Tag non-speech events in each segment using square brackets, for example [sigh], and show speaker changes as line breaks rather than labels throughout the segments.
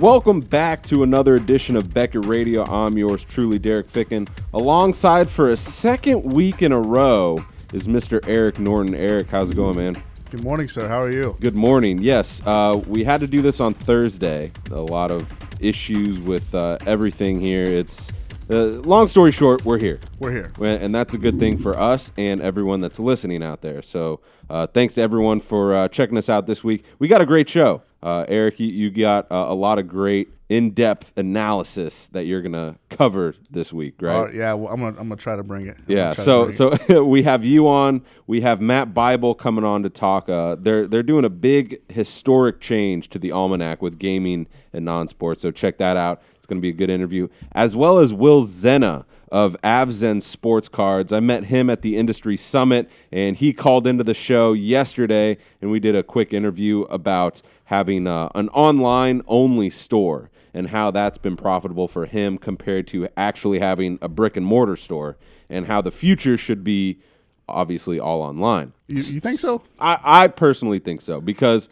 Welcome back to another edition of Beckett Radio. I'm yours truly, Derek Ficken. Alongside for a second week in a row is Mr. Eric Norton. Eric, how's it going, man?
Good morning, sir. How are you?
Good morning. Yes, uh, we had to do this on Thursday. A lot of issues with uh, everything here. It's uh, long story short, we're here.
We're here.
Well, And that's a good thing for us and everyone that's listening out there. So uh, thanks to everyone for uh, checking us out this week. We got a great show. Uh, Eric, you, you got uh, a lot of great in depth analysis that you're going to cover this week, right?
All right, Uh, yeah, well, I'm gonna I'm gonna try to bring it. I'm gonna
Yeah,
try to
so
bring it.
so [laughs] we have you on. We have Matt Bible coming on to talk. Uh, they're they're doing a big historic change to the almanac with gaming and non-sports. So check that out. It's going to be a good interview, as well as Will Zena of Avzen Sports Cards. I met him at the industry summit, and he called into the show yesterday, and we did a quick interview about having uh, an online only store and how that's been profitable for him compared to actually having a brick and mortar store and how the future should be obviously all online.
you, you think so?
I, I personally think so because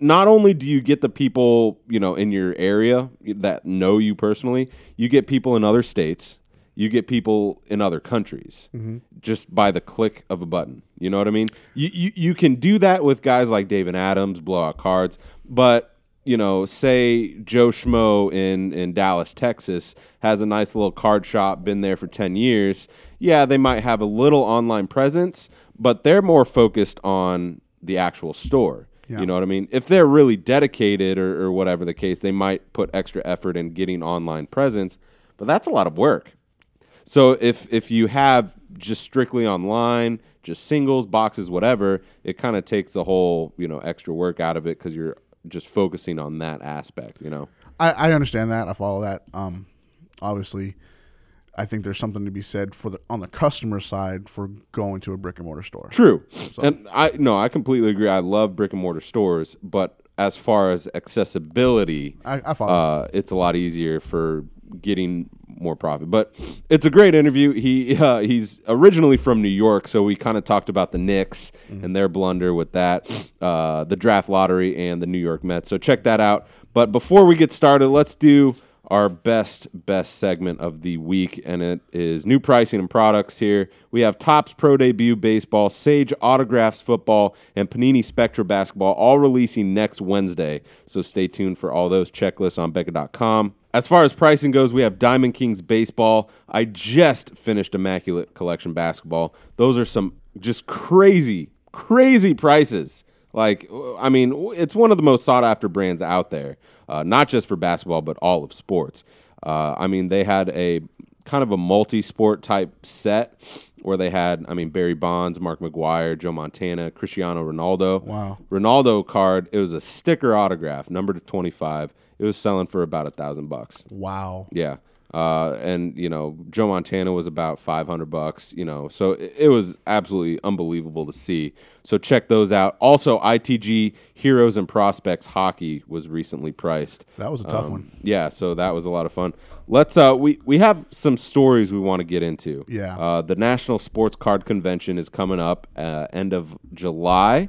not only do you get the people you know in your area that know you personally, you get people in other states, you get people in other countries
Mm-hmm.
just by the click of a button. You know what I mean? You, you you can do that with guys like David Adams, blowout cards, but you know, say Joe Schmo in, in Dallas, Texas, has a nice little card shop, been there for 10 years. Yeah, they might have a little online presence, but they're more focused on the actual store. You know what I mean? If they're really dedicated or, or whatever the case, they might put extra effort in getting online presence, but that's a lot of work. So if if you have just strictly online, just singles, boxes, whatever, it kind of takes the whole you know extra work out of it because you're just focusing on that aspect. You know,
I, I understand that. I follow that. Um, obviously, I think there's something to be said for the on the customer side for going to a brick and mortar store.
true. And I no, I completely agree. I love brick and mortar stores, but as far as accessibility,
I, I follow.
uh, it's a lot easier for getting more profit. But it's a great interview. He [laughs] uh, he's originally from New York, so we kind of talked about the Knicks and their blunder with that, uh, the draft lottery, and the New York Mets. So check that out. But before we get started, let's do our best best segment of the week and it is new pricing and products here we have tops pro debut baseball sage autographs football and panini spectra basketball all releasing next wednesday so stay tuned for all those checklists on becca.com as far as pricing goes we have diamond kings baseball i just finished immaculate collection basketball those are some just crazy crazy prices like, I mean, it's one of the most sought after brands out there, uh, not just for basketball, but all of sports. Uh, I mean, they had a kind of a multi sport type set where they had, I mean, Barry Bonds, Mark McGuire, Joe Montana, Cristiano Ronaldo.
Wow.
Ronaldo card, it was a sticker autograph, number to 25. It was selling for about a thousand bucks.
wow.
Yeah. Uh, and you know, Joe Montana was about 500 bucks, you know, so it, it was absolutely unbelievable to see. So check those out. Also, ITG Heroes and Prospects Hockey was recently priced.
That was a
um,
tough one.
Yeah, so that was a lot of fun. Let's uh we we have some stories we want to get into.
Yeah.
Uh the National Sports Card Convention is coming up uh, end of July.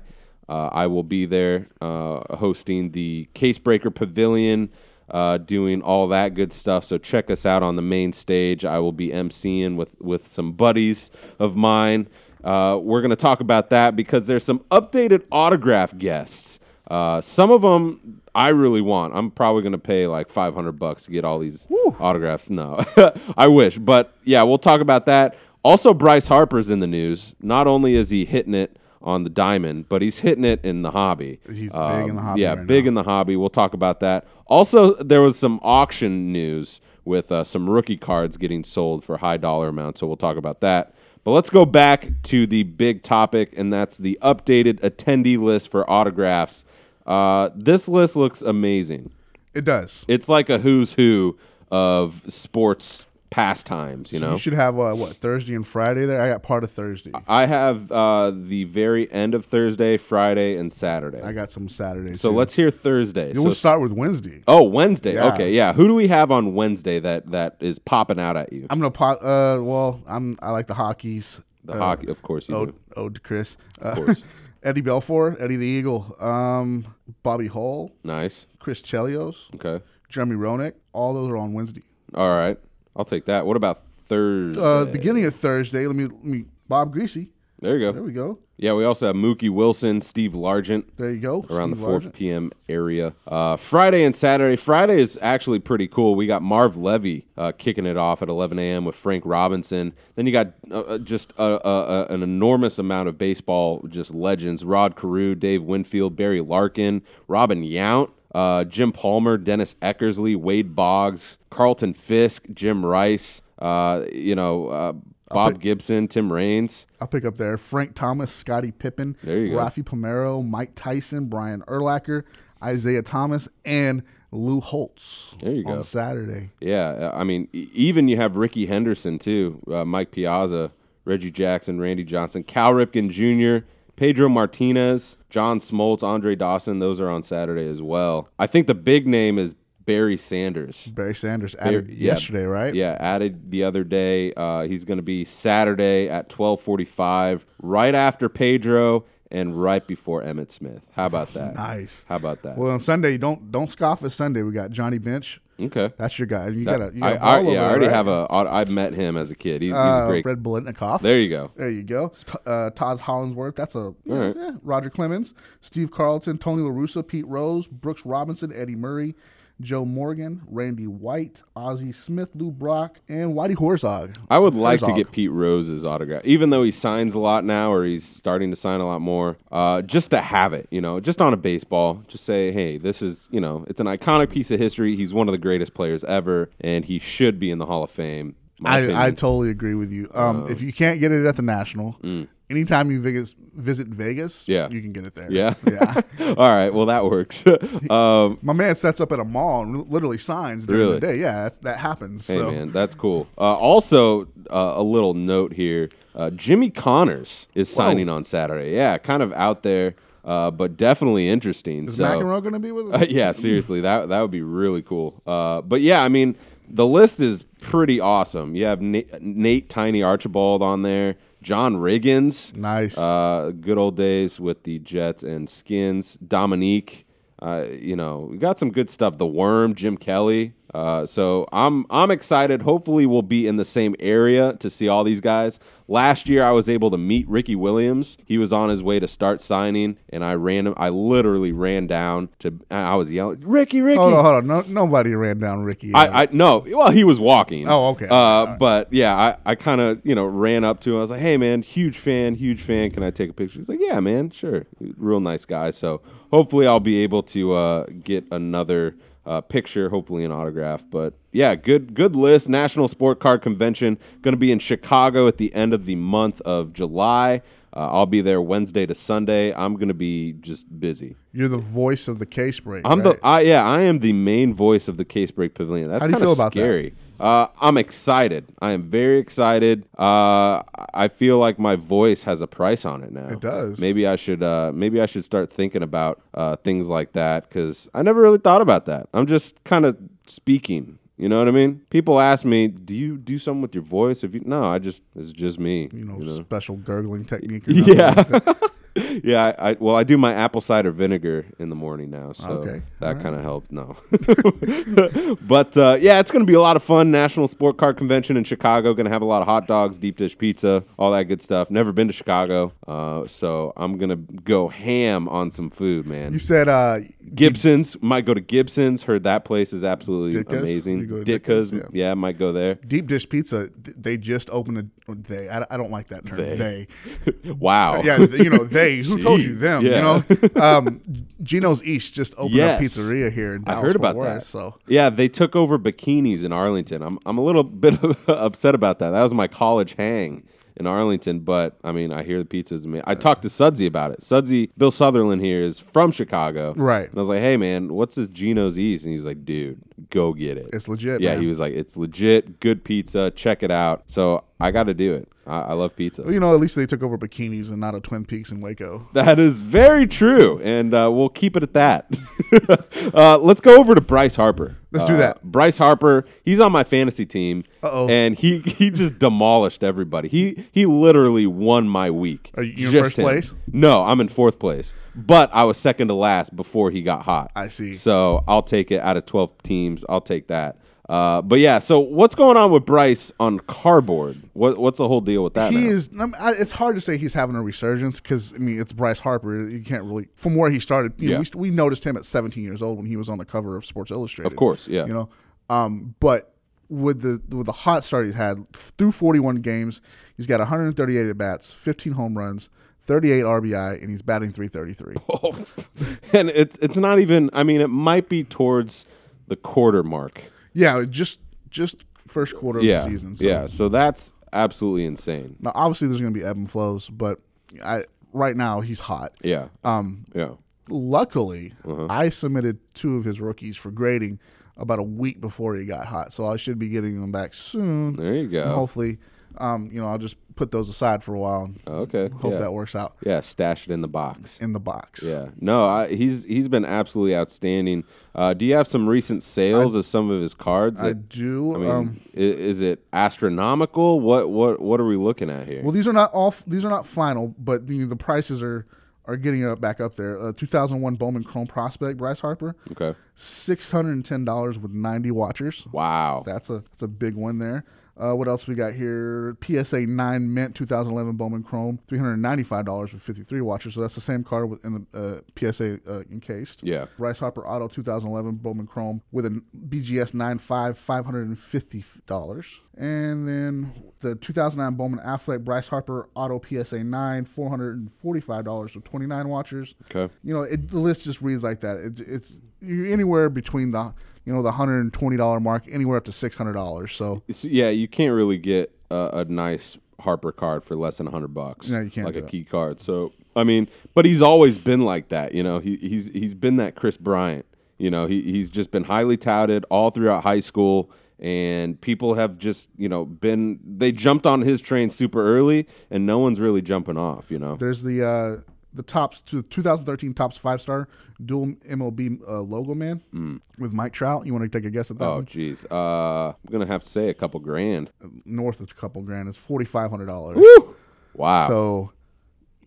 Uh, I will be there uh, hosting the Casebreaker Pavilion, uh, doing all that good stuff. So check us out on the main stage. I will be emceeing with with some buddies of mine. Uh, we're going to talk about that because there's some updated autograph guests. Uh, some of them I really want. I'm probably going to pay like 500 bucks to get all these autographs. No, [laughs] I wish. But yeah, we'll talk about that. Also, Bryce Harper's in the news. Not only is he hitting it on the diamond, but he's hitting it in the hobby. Um,
He's big in the hobby
Yeah,
right
big in the hobby. We'll talk about that. Also, there was some auction news with uh, some rookie cards getting sold for high dollar amounts. So we'll talk about that. But let's go back to the big topic, and that's the updated attendee list for autographs. Uh, this list looks amazing.
It does.
It's like a who's who of sports pastimes, you know?
You should have uh, what Thursday and Friday there. I got part of Thursday.
I have uh, the very end of Thursday, Friday, and Saturday.
I got some Saturday.
so let's hear Thursday.
We'll
so
start with Wednesday.
Oh, Wednesday.
Yeah.
Okay, yeah. Who do we have on Wednesday that that is popping out at you?
I'm gonna pop. Uh, well, I'm. I like the hockeys.
The
uh,
hockey, of course you
Ode,
do.
ode to Chris. Uh,
course.
[laughs] Eddie Belfour, Eddie the Eagle, um, Bobby Hull,
Nice.
Chris Chelios,
Okay.
Jeremy Roenick. All those are on Wednesday.
All right, I'll take that. What about Thursday?
Uh, Beginning of Thursday, let me, let me Bob Greasy.
there you
There
go.
we go.
Yeah, we also have Mookie Wilson, Steve Largent.
There you go.
around
Steve
the 4
Largent.
p.m. area. Uh, Friday and Saturday. Friday is actually pretty cool. We got Marv Levy uh, kicking it off at 11 a.m. with Frank Robinson. Then you got uh, uh, just uh, uh, uh, an enormous amount of baseball just legends: Rod Carew, Dave Winfield, Barry Larkin, Robin Yount. Uh, Jim Palmer, Dennis Eckersley, Wade Boggs, Carlton Fisk, Jim Rice, uh, you know, uh, Bob Gibson, Tim Raines.
I'll pick up there. Frank Thomas, Scotty Pippen,
There you go.
Rafi Pomero, Mike Tyson, Brian Erlacher, Isaiah Thomas, and Lou Holtz.
There you
on
go.
Saturday.
Yeah, I mean, e- even you have Ricky Henderson too, uh, Mike Piazza, Reggie Jackson, Randy Johnson, Cal Ripken Jr., Pedro Martinez, John Smoltz, Andre Dawson. Those are on Saturday as well. I think the big name is Barry Sanders.
Barry Sanders added
yeah.
yesterday, right?
Yeah, added the other day. Uh, he's going to be Saturday at twelve forty-five, right after Pedro and right before Emmett Smith. How about that?
[laughs] Nice.
How about that?
Well, on Sunday, don't don't scoff at Sunday. We got Johnny Bench.
okay.
That's your guy. You got a you got
I,
a
I,
ball
yeah,
over
I already
there,
have
right?
a. I I met him as a kid. He's, he's a
uh,
great.
Fred Bolitnikoff.
There you go.
There you go. T- uh, Todd Hollinsworth. That's a yeah,
right.
yeah. Roger Clemens, Steve Carlton, Tony LaRusso, Pete Rose, Brooks Robinson, Eddie Murray, Joe Morgan, Randy White, Ozzie Smith, Lou Brock, and Whitey Horzog.
I would like to
Herzog.
get Pete Rose's autograph, even though he signs a lot now, or he's starting to sign a lot more. Uh, just to have it, you know, just on a baseball, just say, hey, this is, you know, it's an iconic piece of history. He's one of the greatest players ever, and he should be in the Hall of Fame. My opinion. Uh,
I, I totally agree with you. Um, if you can't get it at the National, anytime you Vegas, visit Vegas,
mm. Yeah.
you can get it there.
yeah.
[laughs] Yeah.
[laughs] All right. Well, that works. [laughs] um,
My man sets up at a mall and li- literally signs during
Really?
the day. Yeah, that's, that happens.
hey,
so
man, that's cool. Uh, also, uh, a little note here: uh, Jimmy Connors is signing on Saturday. Yeah, kind of out there, uh, but definitely interesting.
is
so.
McEnroe going to be with him?
Uh,
[laughs]
yeah, seriously, that that would be really cool. Uh, but yeah, I mean, the list is pretty awesome. You have Na- Nate Tiny Archibald on there, John Riggins,
nice.
uh, good old days with the Jets and Skins, Dominique. Uh, you know, we got some good stuff. The Worm, Jim Kelly. Uh, so I'm I'm excited. Hopefully, we'll be in the same area to see all these guys. Last year, I was able to meet Ricky Williams. He was on his way to start signing, and I ran him. I literally ran down to. I was yelling, "Ricky, Ricky!"
hold on, hold on. No, nobody ran down Ricky. Adam.
I, I no. Well, he was walking.
Oh, okay.
Uh, But yeah, I, I kind of you know ran up to him. I was like, "Hey, man, huge fan, huge fan. Can I take a picture?" He's like, "Yeah, man, sure." Real nice guy. So hopefully, I'll be able to uh, get another. Uh, picture, hopefully an autograph, but yeah, good good list. National Sport Card Convention going to be in Chicago at the end of the month of July. Uh, I'll be there Wednesday to Sunday. I'm going to be just busy.
You're the voice of the case break.
I'm
right?
the I, yeah, I am the main voice of the Case Break Pavilion. That's
How do you
kinda
feel about that?
scary. Uh, I'm excited. I am very excited. Uh, I feel like my voice has a price on it now. It
does.
Maybe I should. Uh, maybe I should start thinking about uh, things like that because I never really thought about that. I'm just kind of speaking. You know what I mean? People ask me, "Do you do something with your voice?" If you no, I just it's just me.
you know,
you know?
special gurgling technique. [laughs] or nothing.
Yeah. [laughs] yeah. I, I well, I do my apple cider vinegar in the morning now, so
Okay.
that
All right.
kind of helped. No, [laughs] but uh, yeah, it's going to be a lot of fun. National Sport Car Convention in Chicago. Going to have a lot of hot dogs, deep dish pizza, all that good stuff. Never been to Chicago, uh, so I'm going to go ham on some food,
You
man.
said uh,
Gibson's might go to Gibson's. Heard that place is absolutely
Ditka's? You
amazing.
go to
Ditka's,
Ditka's,
yeah, might go there. [laughs]
deep dish pizza. th- They just opened a oh, they. I, I don't like that term. They.
Wow.
[laughs] Yeah, th- you
[laughs]
know they. Who told you
Oh. Jeez,
them?
yeah.
You
[laughs]
know, um, Gino's East just opened
Yes.
a pizzeria here in Dallas.
I heard
Fort
about
Worth,
that.
So
yeah, they took over bikinis in Arlington. I'm I'm a little [laughs] bit upset about that. That was my college hang in Arlington, but I mean, I hear the pizza's amazing. I talked to Sudsy about it. Sudsy, Bill Sutherland here is from Chicago,
Right.
And I was like, hey man, what's this Geno's East? And he's like, dude, go get it.
It's legit,
Yeah,
man.
he was like, it's legit, good pizza. Check it out. So I got to do it. I, I love pizza.
well, you know, at least they took over bikinis and not a Twin Peaks in Waco.
That [laughs] is very true, and uh, we'll keep it at that. uh, let's go over to Bryce Harper.
Let's do
Uh,
that.
Bryce Harper, he's on my fantasy team,
Uh-oh.
and he he just demolished everybody. He he literally won my week.
Are you in
Just
first place?
No, I'm in fourth place, but I was second to last before he got hot.
I see.
So I'll take it out of twelve teams. I'll take that. Uh, but yeah, so what's going on with Bryce on cardboard? What what's the whole deal with that?
He
now?
is. I mean, I- it's hard to say he's having a resurgence because I mean it's Bryce Harper. You can't really from where he started. You
Yeah.
know, we, we noticed him at 17 years old when he was on the cover of Sports Illustrated.
Of course, yeah.
You know, um, but with the with the hot start he's had through 41 games, he's got 138 at bats, 15 home runs, 38 RBI, and he's batting 333.
Oh. [laughs] and it's it's not even. I mean, it might be towards the quarter mark.
yeah, just just first quarter
Yeah,
of the season. So.
yeah. So that's absolutely insane.
Now, obviously, there's going to be ebb and flows, but I right now he's hot.
Yeah. Um. Yeah.
luckily,
Uh-huh.
I submitted two of his rookies for grading about a week before he got hot, so I should be getting them back soon.
There you
And
go.
Hopefully, um, you know, I'll just put those aside for a while and
Okay.
hope
yeah.
that works out
yeah. Stash it in the box.
in the box.
Yeah. No. I, he's he's been absolutely outstanding. Uh, do you have some recent sales of some of his cards?
I
that-
do.
I mean,
um,
i- is it astronomical? What what what are we looking at here?
well, these are not all. These are not final, but the, the prices are are getting up back up there. Uh, 2001 Bowman Chrome Prospect Bryce Harper,
Okay.
six hundred and ten dollars with 90 watchers.
Wow.
That's a that's a big one there. Uh, what else we got here? PSA nine mint 2011 Bowman Chrome, three hundred ninety five dollars with fifty three watches. So that's the same card with in the uh, PSA uh, encased.
Yeah.
Rice Hopper Auto 2011 Bowman Chrome with a BGS 95 550 dollars, and then the 2009 Bowman Affleck Bryce Harper Auto PSA 9 445 dollars with 29 watchers
Okay.
you know it, the list just reads like that it, it's you're anywhere between the you know the $120 mark anywhere up to $600 so
It's- yeah, you can't really get a, a nice Harper card for less than hundred bucks.
No, you can't
Like
do
a
that.
key card. So I mean, but he's always been like that. You know, he, he's he's been that Chris Bryant. You know, he he's just been highly touted all throughout high school, and people have just you know been they jumped on his train super early, and no one's really jumping off. You know,
there's the uh the tops to 2013 tops five star dual mlb uh, logo man with mike trout you want to take a guess at that
Hmm. oh
one?
geez, uh, I'm gonna have to say a couple grand.
Uh, north of a couple grand it's $4500
Woo! Wow.
so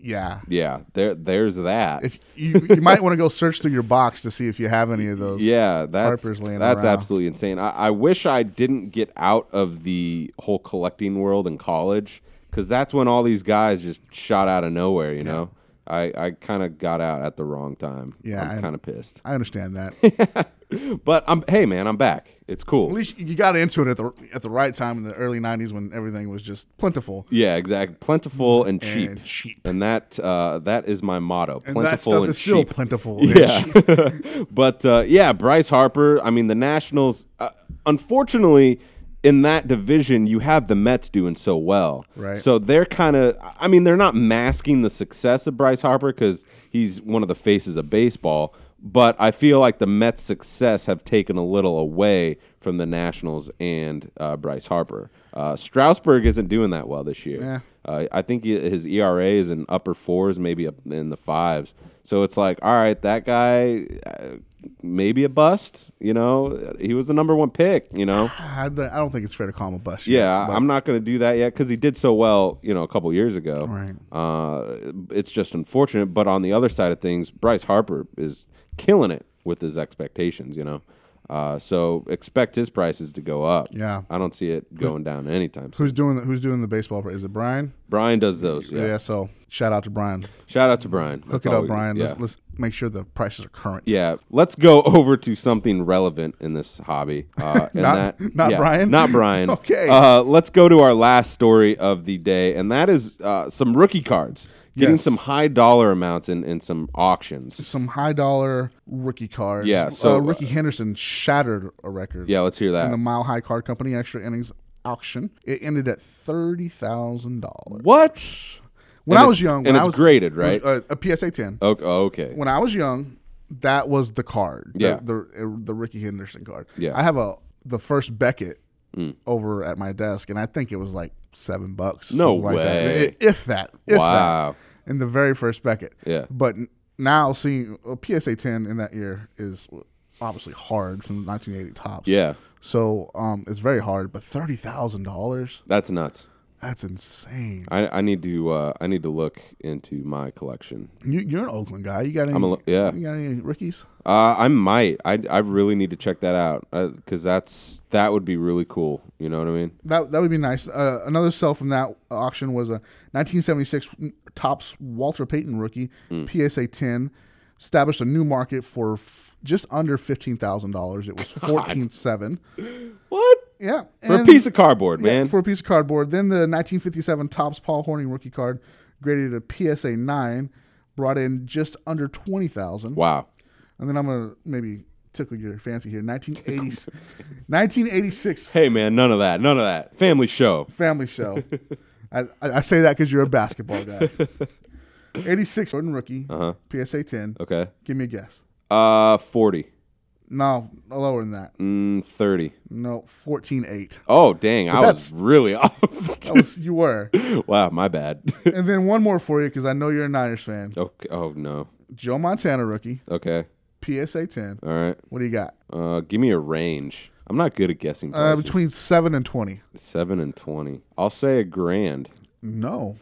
yeah
yeah, there there's that.
if you, you might want to go search through your box to see if you have any of those
Yeah, that's
Harper's laying
that's
around.
absolutely insane. I, I wish I didn't get out of the whole collecting world in college because that's when all these guys just shot out of nowhere. You know, I, I kind of got out at the wrong time.
Yeah,
I'm
I-
kind of pissed.
i
[laughs]
understand that
But I'm hey man, I'm back. It's
at
cool.
least you got into it at the at the right time in the early 90s when everything was just plentiful
Yeah, exactly. Plentiful and cheap.
and cheap
And that uh, that is my motto.
and that
plentiful
stuff
and
is still
cheap. [laughs]
plentiful.
Yeah. [laughs] but uh, yeah, Bryce Harper. I mean, the Nationals. Uh, unfortunately, in that division, you have the Mets doing so well.
Right.
So they're kind of. I mean, they're not masking the success of Bryce Harper because he's one of the faces of baseball. But I feel like the Mets' success have taken a little away from the Nationals and uh, Bryce Harper. Uh, Strasburg isn't doing that well this year.
Yeah.
Uh, I think he, his ERA is in upper fours, maybe up in the fives. So it's like, all right, that guy uh, maybe a bust. You know, he was the number one pick. You know,
I, don't- I don't think it's fair to call him a bust. yet,
yeah,
but
I'm not going to do that yet because he did so well. You know, a couple years ago.
Right.
Uh, it's just unfortunate. But on the other side of things, Bryce Harper is killing it with his expectations. You know. Uh, so expect his prices to go up.
Yeah.
I don't see it going down anytime soon.
who's doing the, who's doing the baseball? part? Is it Brian?
Brian does those. Yeah.
Yeah. So shout out to Brian.
Shout out to Brian.
Hook
That's
it
all
up,
we-
Brian.
Yeah.
Let's, let's make sure the prices are current.
Yeah, let's go [laughs] over to something relevant in this hobby. Uh, and
Not-
that,
not
yeah,
Brian?
Not Brian.
[laughs] Okay.
Uh, let's go to our last story of the day, and that is uh, some rookie cards. Getting
Yes.
some high dollar amounts in, in some auctions.
Some high dollar rookie cards.
Yeah, so,
uh, Ricky Henderson shattered a record.
Yeah, let's hear
In
that.
the Mile High Card Company extra innings auction, it ended at thirty thousand dollars.
What?
When
And
I was
it's- and
young, when I
it's
was,
graded,
it was,
right?
uh, a PSA ten.
O- oh, okay.
when I was young, that was the card. the-
Yeah.
The uh, the, Ricky Henderson card.
Yeah. Mm.
I have a the first Beckett over at my desk, and I think it was like seven bucks.
No
something Like that.
way.
I- If that. If
Wow.
That. And the very first Beckett.
Yeah.
But n- now seeing a PSA 10 in that year is obviously hard from the 1980 tops.
Yeah,
So um, it's very hard, but thirty thousand dollars.
that's nuts.
That's insane.
I, I need to uh, I need to look into my collection.
You, you're an Oakland guy. You got any?
I'm a li- yeah.
You got any rookies?
Uh, I might. I, I really need to check that out because that's that would be really cool. You know what I mean?
That that would be nice. Uh, another sell from that auction was a 1976 tops Walter Payton rookie
Mm.
PSA 10. Established a new market for f- just under fifteen thousand
[laughs]
dollars. It was fourteen seven.
What
Yeah,
for a
and-
piece of cardboard,
Um, Yeah,
man?
for a piece of cardboard. Then the 1957 Topps Paul Horning rookie card, graded a PSA 9, brought in just under 20,000.
wow.
And then I'm going to maybe tickle your fancy here. 1980s, 1986
Hey man, none of that. None of that. Family show.
family show. I, I I say that because you're a
[laughs]
basketball guy. 86 Jordan rookie,
Uh-huh.
PSA 10.
Okay.
Give me a guess.
Uh, forty.
No, lower than that.
Mm, thirty.
No, 14.8.
Oh dang, I was
that's- Oh.
really [laughs] off.
That was, you were.
wow, my bad. [laughs]
And then one more for you because I know you're a Niners fan.
okay. Oh no.
Joe Montana rookie,
Okay.
PSA 10.
All right.
What do you got?
Uh, give me a range. I'm not good at guessing
Uh,
prices.
between seven and twenty.
Seven and twenty. I'll say a grand. [laughs]
No,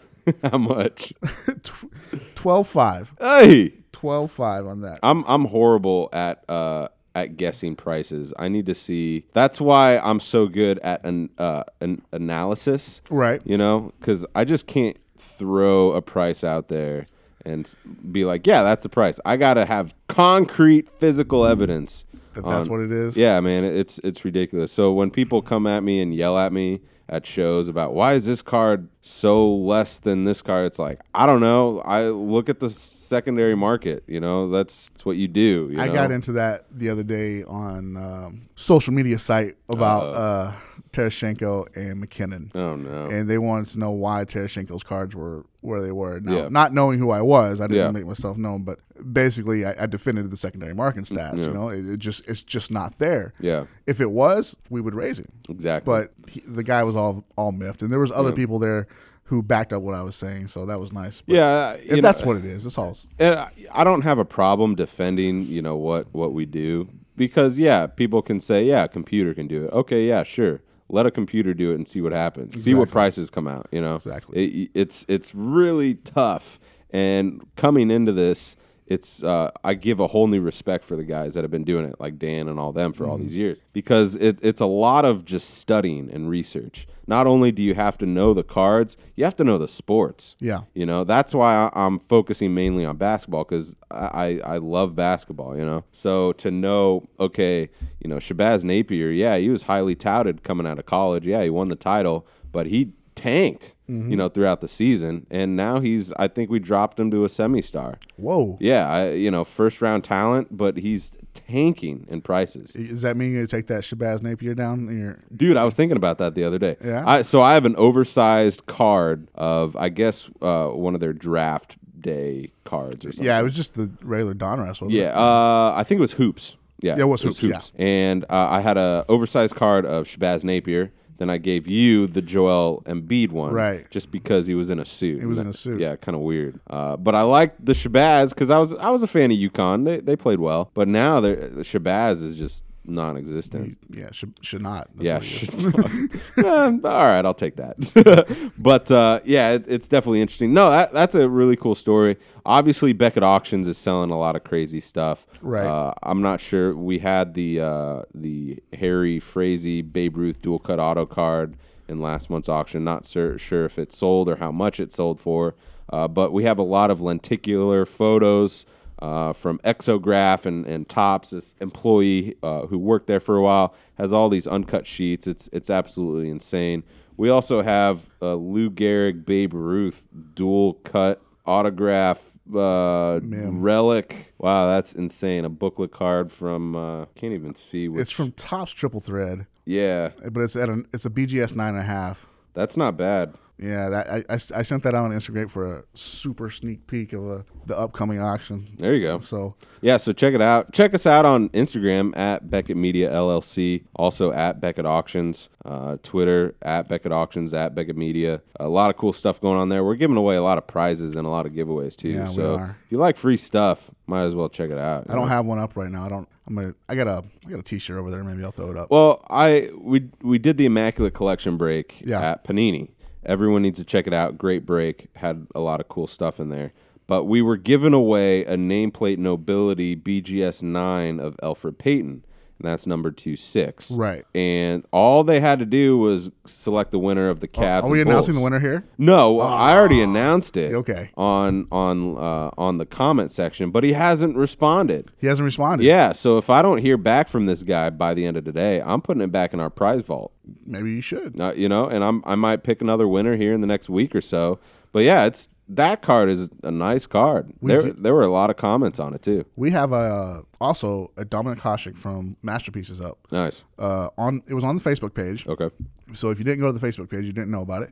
How much?
Tw- twelve five.
hey,
Twelve five on that.
I'm I'm horrible at uh at guessing prices. I need to see. That's why I'm so good at an uh an analysis.
Right.
You know, because I just can't throw a price out there and s- be like, yeah, that's the price. I gotta have concrete physical
Mm.
evidence.
That that's
on-
what it is.
Yeah, man, it- it's it's ridiculous. So when people come at me and yell at me at shows about why is this card so less than this card, it's like I don't know. I look at the secondary market. You know, that's, that's what you do. You
I
know?
got into that the other day on um, social media site about
Uh-huh.
uh, Tereschenko and McKinnon,
Oh no.
and they wanted to know why Tereschenko's cards were where they were. Now,
Yeah.
not knowing who I was, I didn't
Yeah.
make myself known, but basically, I, I defended the secondary market stats. You know, it, it just it's just not there.
Mm, yeah,
If it was, we would raise him.
exactly.
but he, the guy was all all miffed, and there was other people there who backed up what I was saying, so that was nice. But
yeah, you know-
if that's what it is. It's all.
and I- I don't have a problem defending, you know, what what we do because yeah, people can say, yeah, a computer can do it. Okay, yeah, sure. Let a computer do it and see what happens. See what prices come out, you know.
Exactly.
It, it's it's really tough and coming into this it's uh, I give a whole new respect for the guys that have been doing it, like Dan and all them, for all these years, because it, it's a lot of just studying and research. Not only do you have to know the cards, you have to know the sports.
Yeah.
You know, that's why I- I'm focusing mainly on basketball because I, I, I love basketball, you know? So to know, okay, you know, Shabazz Napier, yeah, he was highly touted coming out of college. Yeah, he won the title, but he tanked, you know, throughout the season. And now he's, I think we dropped him to a semi star.
Whoa,
Yeah, I, you know, first round talent, but he's tanking in prices.
does that mean you're gonna take that Shabazz Napier down? And you're,
Dude, I was thinking about that the other day.
Yeah?
I, so I have an oversized card of, I guess, uh, one of their draft day cards or something.
yeah, it was just the regular Donruss, wasn't it?
Yeah. Uh, I think it was hoops. Yeah.
Yeah, it was Hoops,
And uh, I had a oversized card of Shabazz Napier. Then I gave you the Joel Embiid one,
Right.
Just because he was in a suit. He
was in a suit.
Yeah, kind of weird. Uh, but I liked the Shabazz because I was I was a fan of UConn. They they played well, but now they're- the Shabazz is just non-existent.
Yeah, should, should not. That's
Yeah.
what it
sh- [laughs] Um,
[laughs]
all right, I'll take that. [laughs] but uh, yeah, it, it's definitely interesting. No, that, that's a really cool story. Obviously, Beckett Auctions is selling a lot of crazy stuff.
Right.
Uh, I'm not sure. We had the uh, the Harry Frazee Babe Ruth dual cut auto card in last month's auction. Not sur- sure if it sold or how much it sold for. Uh, but we have a lot of lenticular photos uh, from Exograph and, and Tops. This employee uh, who worked there for a while has all these uncut sheets. It's it's absolutely insane. We also have uh, Lou Gehrig Babe Ruth dual cut autograph uh, relic. Wow, that's insane. A booklet card from uh, can't even see. Which,
It's from Topps Triple Thread,
yeah,
but it's at an it's a BGS nine and a half.
that's not bad.
Yeah, that I, I s- I sent that out on Instagram for a super sneak peek of uh the upcoming auction.
There you go.
So
Yeah, so check it out. Check us out on Instagram at Beckett Media LLC, also at Beckett Auctions, uh, Twitter at Beckett Auctions, at Beckett Media. A lot of cool stuff going on there. We're giving away a lot of prizes and a lot of giveaways too.
Yeah, we
so
are.
if you like free stuff, might as well check it out.
I don't have one up right now. I don't. I'm gonna. I got a. I got a T-shirt over there. Maybe I'll throw it up.
Well, I we we did the Immaculate Collection break
Yeah.
at Panini. Everyone needs to check it out. Great break. Had a lot of cool stuff in there. But we were giving away a nameplate nobility BGS nine of Alfred Payton, and that's number two six.
Right.
And all they had to do was select the winner of the Cavs.
Are we
and
announcing
Bulls.
the winner here?
No, I already announced it.
Okay.
On on uh, on the comment section, but he hasn't responded.
He hasn't responded.
Yeah, so if I don't hear back from this guy by the end of today, I'm putting it back in our prize vault.
Maybe you should.
Uh, you know, and I'm I might pick another winner here in the next week or so. But yeah, it's that card is a nice card. there
did-
there were a lot of comments on it too.
We have a uh, also a Dominic Koshik from Masterpieces up.
Nice.
Uh, on it was on the Facebook page.
Okay.
So if you didn't go to the Facebook page, you didn't
[laughs]
know about it.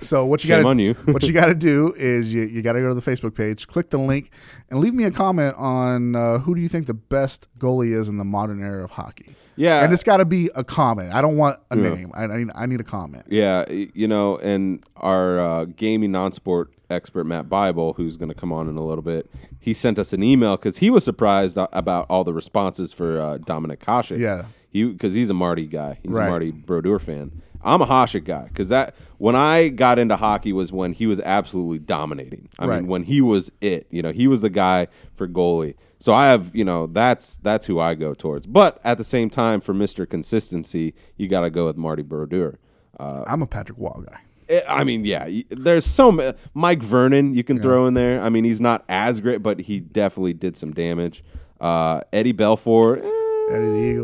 so what you
Shame
got
on you.
[laughs] what you
[laughs]
got to do is you, you got to go to the Facebook page, click the link, and leave me a comment on uh, who do you think the best goalie is in the modern era of hockey.
Yeah.
and it's got to be a comment. I don't want a name. I, I need I need a comment.
Yeah, y- you know, and our uh, gaming non-sport expert Matt Bible, who's going to come on in a little bit, he sent us an email because he was surprised a- about all the responses for uh, Dominic Hasek.
Yeah.
he because he's a Marty guy. He's
Right.
a Marty Brodeur fan. I'm a Hasek guy because that when I got into hockey was when he was absolutely dominating. I
Right.
mean, when he was it, you know, he was the guy for goalie. So I have, you know, that's that's who I go towards. But at the same time, for Mister Consistency, you got to go with Marty Brodeur. Uh,
I'm a Patrick Wall guy.
Eh, I mean, yeah. y- There's so ma- Mike Vernon you can throw in there. I mean, he's not as great, but he definitely did some damage. Uh, Eddie Belfour, eh,
Eddie the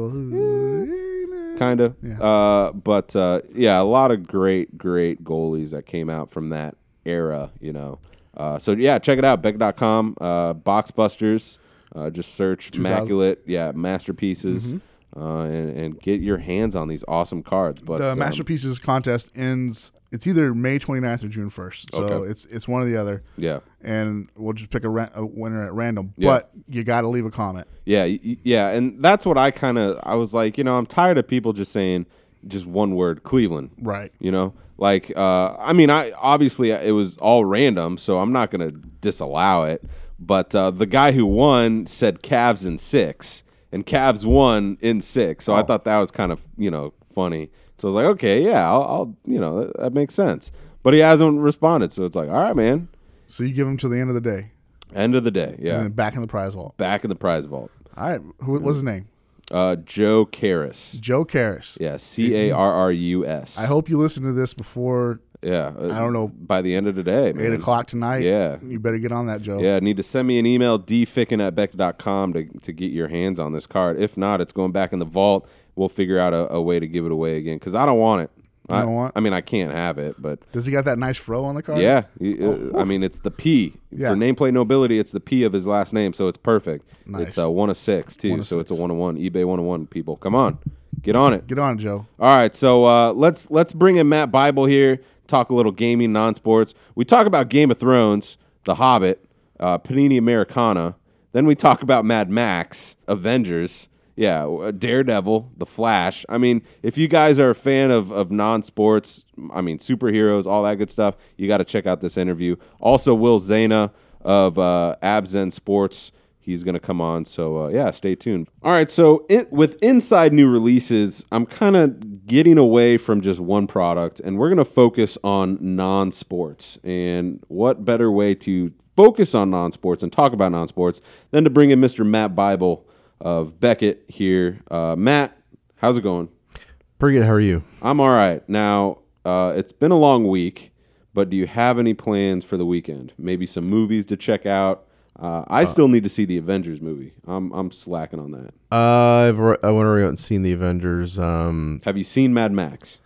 Eagle.
kind of. Uh, but uh, yeah, a lot of great, great goalies that came out from that era. You know. Uh, so yeah, check it out. Beck.com, uh, Boxbusters. Uh, just search immaculate, yeah, masterpieces, uh, and, and get your hands on these awesome cards. But
The
um,
Masterpieces contest ends. It's either May 29th or June 1st. So
Okay.
it's it's one or the other.
yeah.
and we'll just pick a, ra- a winner at random.
Yeah.
But you got to leave a comment.
Yeah, y- y- yeah, and that's what I kind of I was like, you know, I'm tired of people just saying just one word, Cleveland.
Right.
You know, like uh, I mean, I obviously uh, it was all random, so I'm not gonna disallow it. But uh, the guy who won said Cavs in six, and Cavs won in six. So I thought that was kind of you know funny. So I was like, okay, yeah, I'll, I'll you know that, that makes sense. But he hasn't responded, so it's like, all right, man.
So you give them to the end of the day,
End of the day,
and
yeah,
then back in the prize vault.
back in the prize vault.
All right, who what's his name?
Uh, Joe Karras.
Joe Karras.
Yeah, C A R R U S.
I hope you listen to this before
Yeah, I
don't know.
By the end of the day, man.
eight o'clock tonight.
Mm. Yeah.
you better get on that, Joe.
Yeah, need to send me an email dficken at beck.com to to get your hands on this card. If not, it's going back in the vault. We'll figure out a, a way to give it away again because I don't want it. I
don't want-
I mean, I can't have it, but
Does he got that nice fro on the card?
yeah, y- uh, I mean, it's the P
Yeah.
for nameplate nobility. It's the P of his last name, so it's perfect.
Nice.
It's a one of six too,
of
so it's
six.
a one of one. eBay one of one. People, come on, get on it.
Get on, Joe.
All right, so uh, let's let's bring in Matt Bible here. Talk a little gaming, non-sports. We talk about Game of Thrones, The Hobbit, uh, Panini Americana. Then we talk about Mad Max, Avengers, yeah, w- uh, Daredevil, The Flash. I mean, if you guys are a fan of of non-sports, I mean superheroes, all that good stuff, you got to check out this interview. Also, Will Zana of uh, Abzen Sports he's going to come on. So uh, yeah, stay tuned. All right, so in, with inside new releases, I'm kind of getting away from just one product, and we're going to focus on non-sports. And what better way to focus on non-sports and talk about non-sports than to bring in Mr. Matt Bible of Beckett here? Uh, Matt, how's it going?
Pretty good. How are you?
I'm all right. Now uh, it's been a long week. But do you have any plans for the weekend? Maybe some movies to check out. Uh, I still need to see the Avengers movie. I'm I'm slacking on that.
Uh, I've alre- I went already out and seen the Avengers. Um,
Have you seen Mad Max?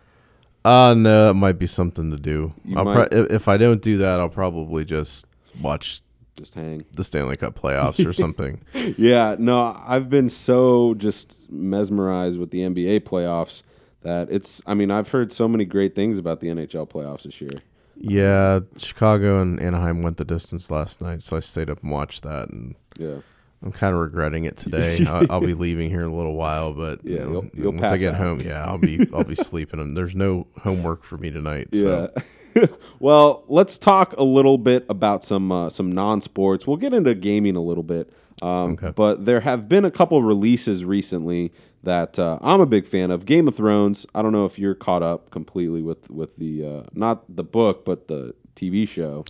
uh, no, it might be something to do. I'll pro-
might-
if, if I don't do that, I'll probably just watch
Just hang.
the Stanley Cup [laughs] playoffs or something.
yeah, no, I've been so just mesmerized with the NBA playoffs that it's. I mean, I've heard so many great things about the NHL playoffs this year.
Yeah, Chicago and Anaheim went the distance last night, so I stayed up and watched that, and
Yeah,
I'm kind of regretting
[laughs]
it today. I'll, I'll be leaving here in a little while, but you
Yeah,
know,
you'll- you'll
once I
pass
get
out.
home, yeah, I'll be I'll
[laughs]
be sleeping. And there's no homework for me tonight. So.
yeah. [laughs] well, let's talk a little bit about some uh, some non sports. We'll get into gaming a little bit, um, but there have been a couple releases recently that uh, I'm a big fan of. Game of Thrones. I don't know if you're caught up completely with with the uh, not the book but the TV show.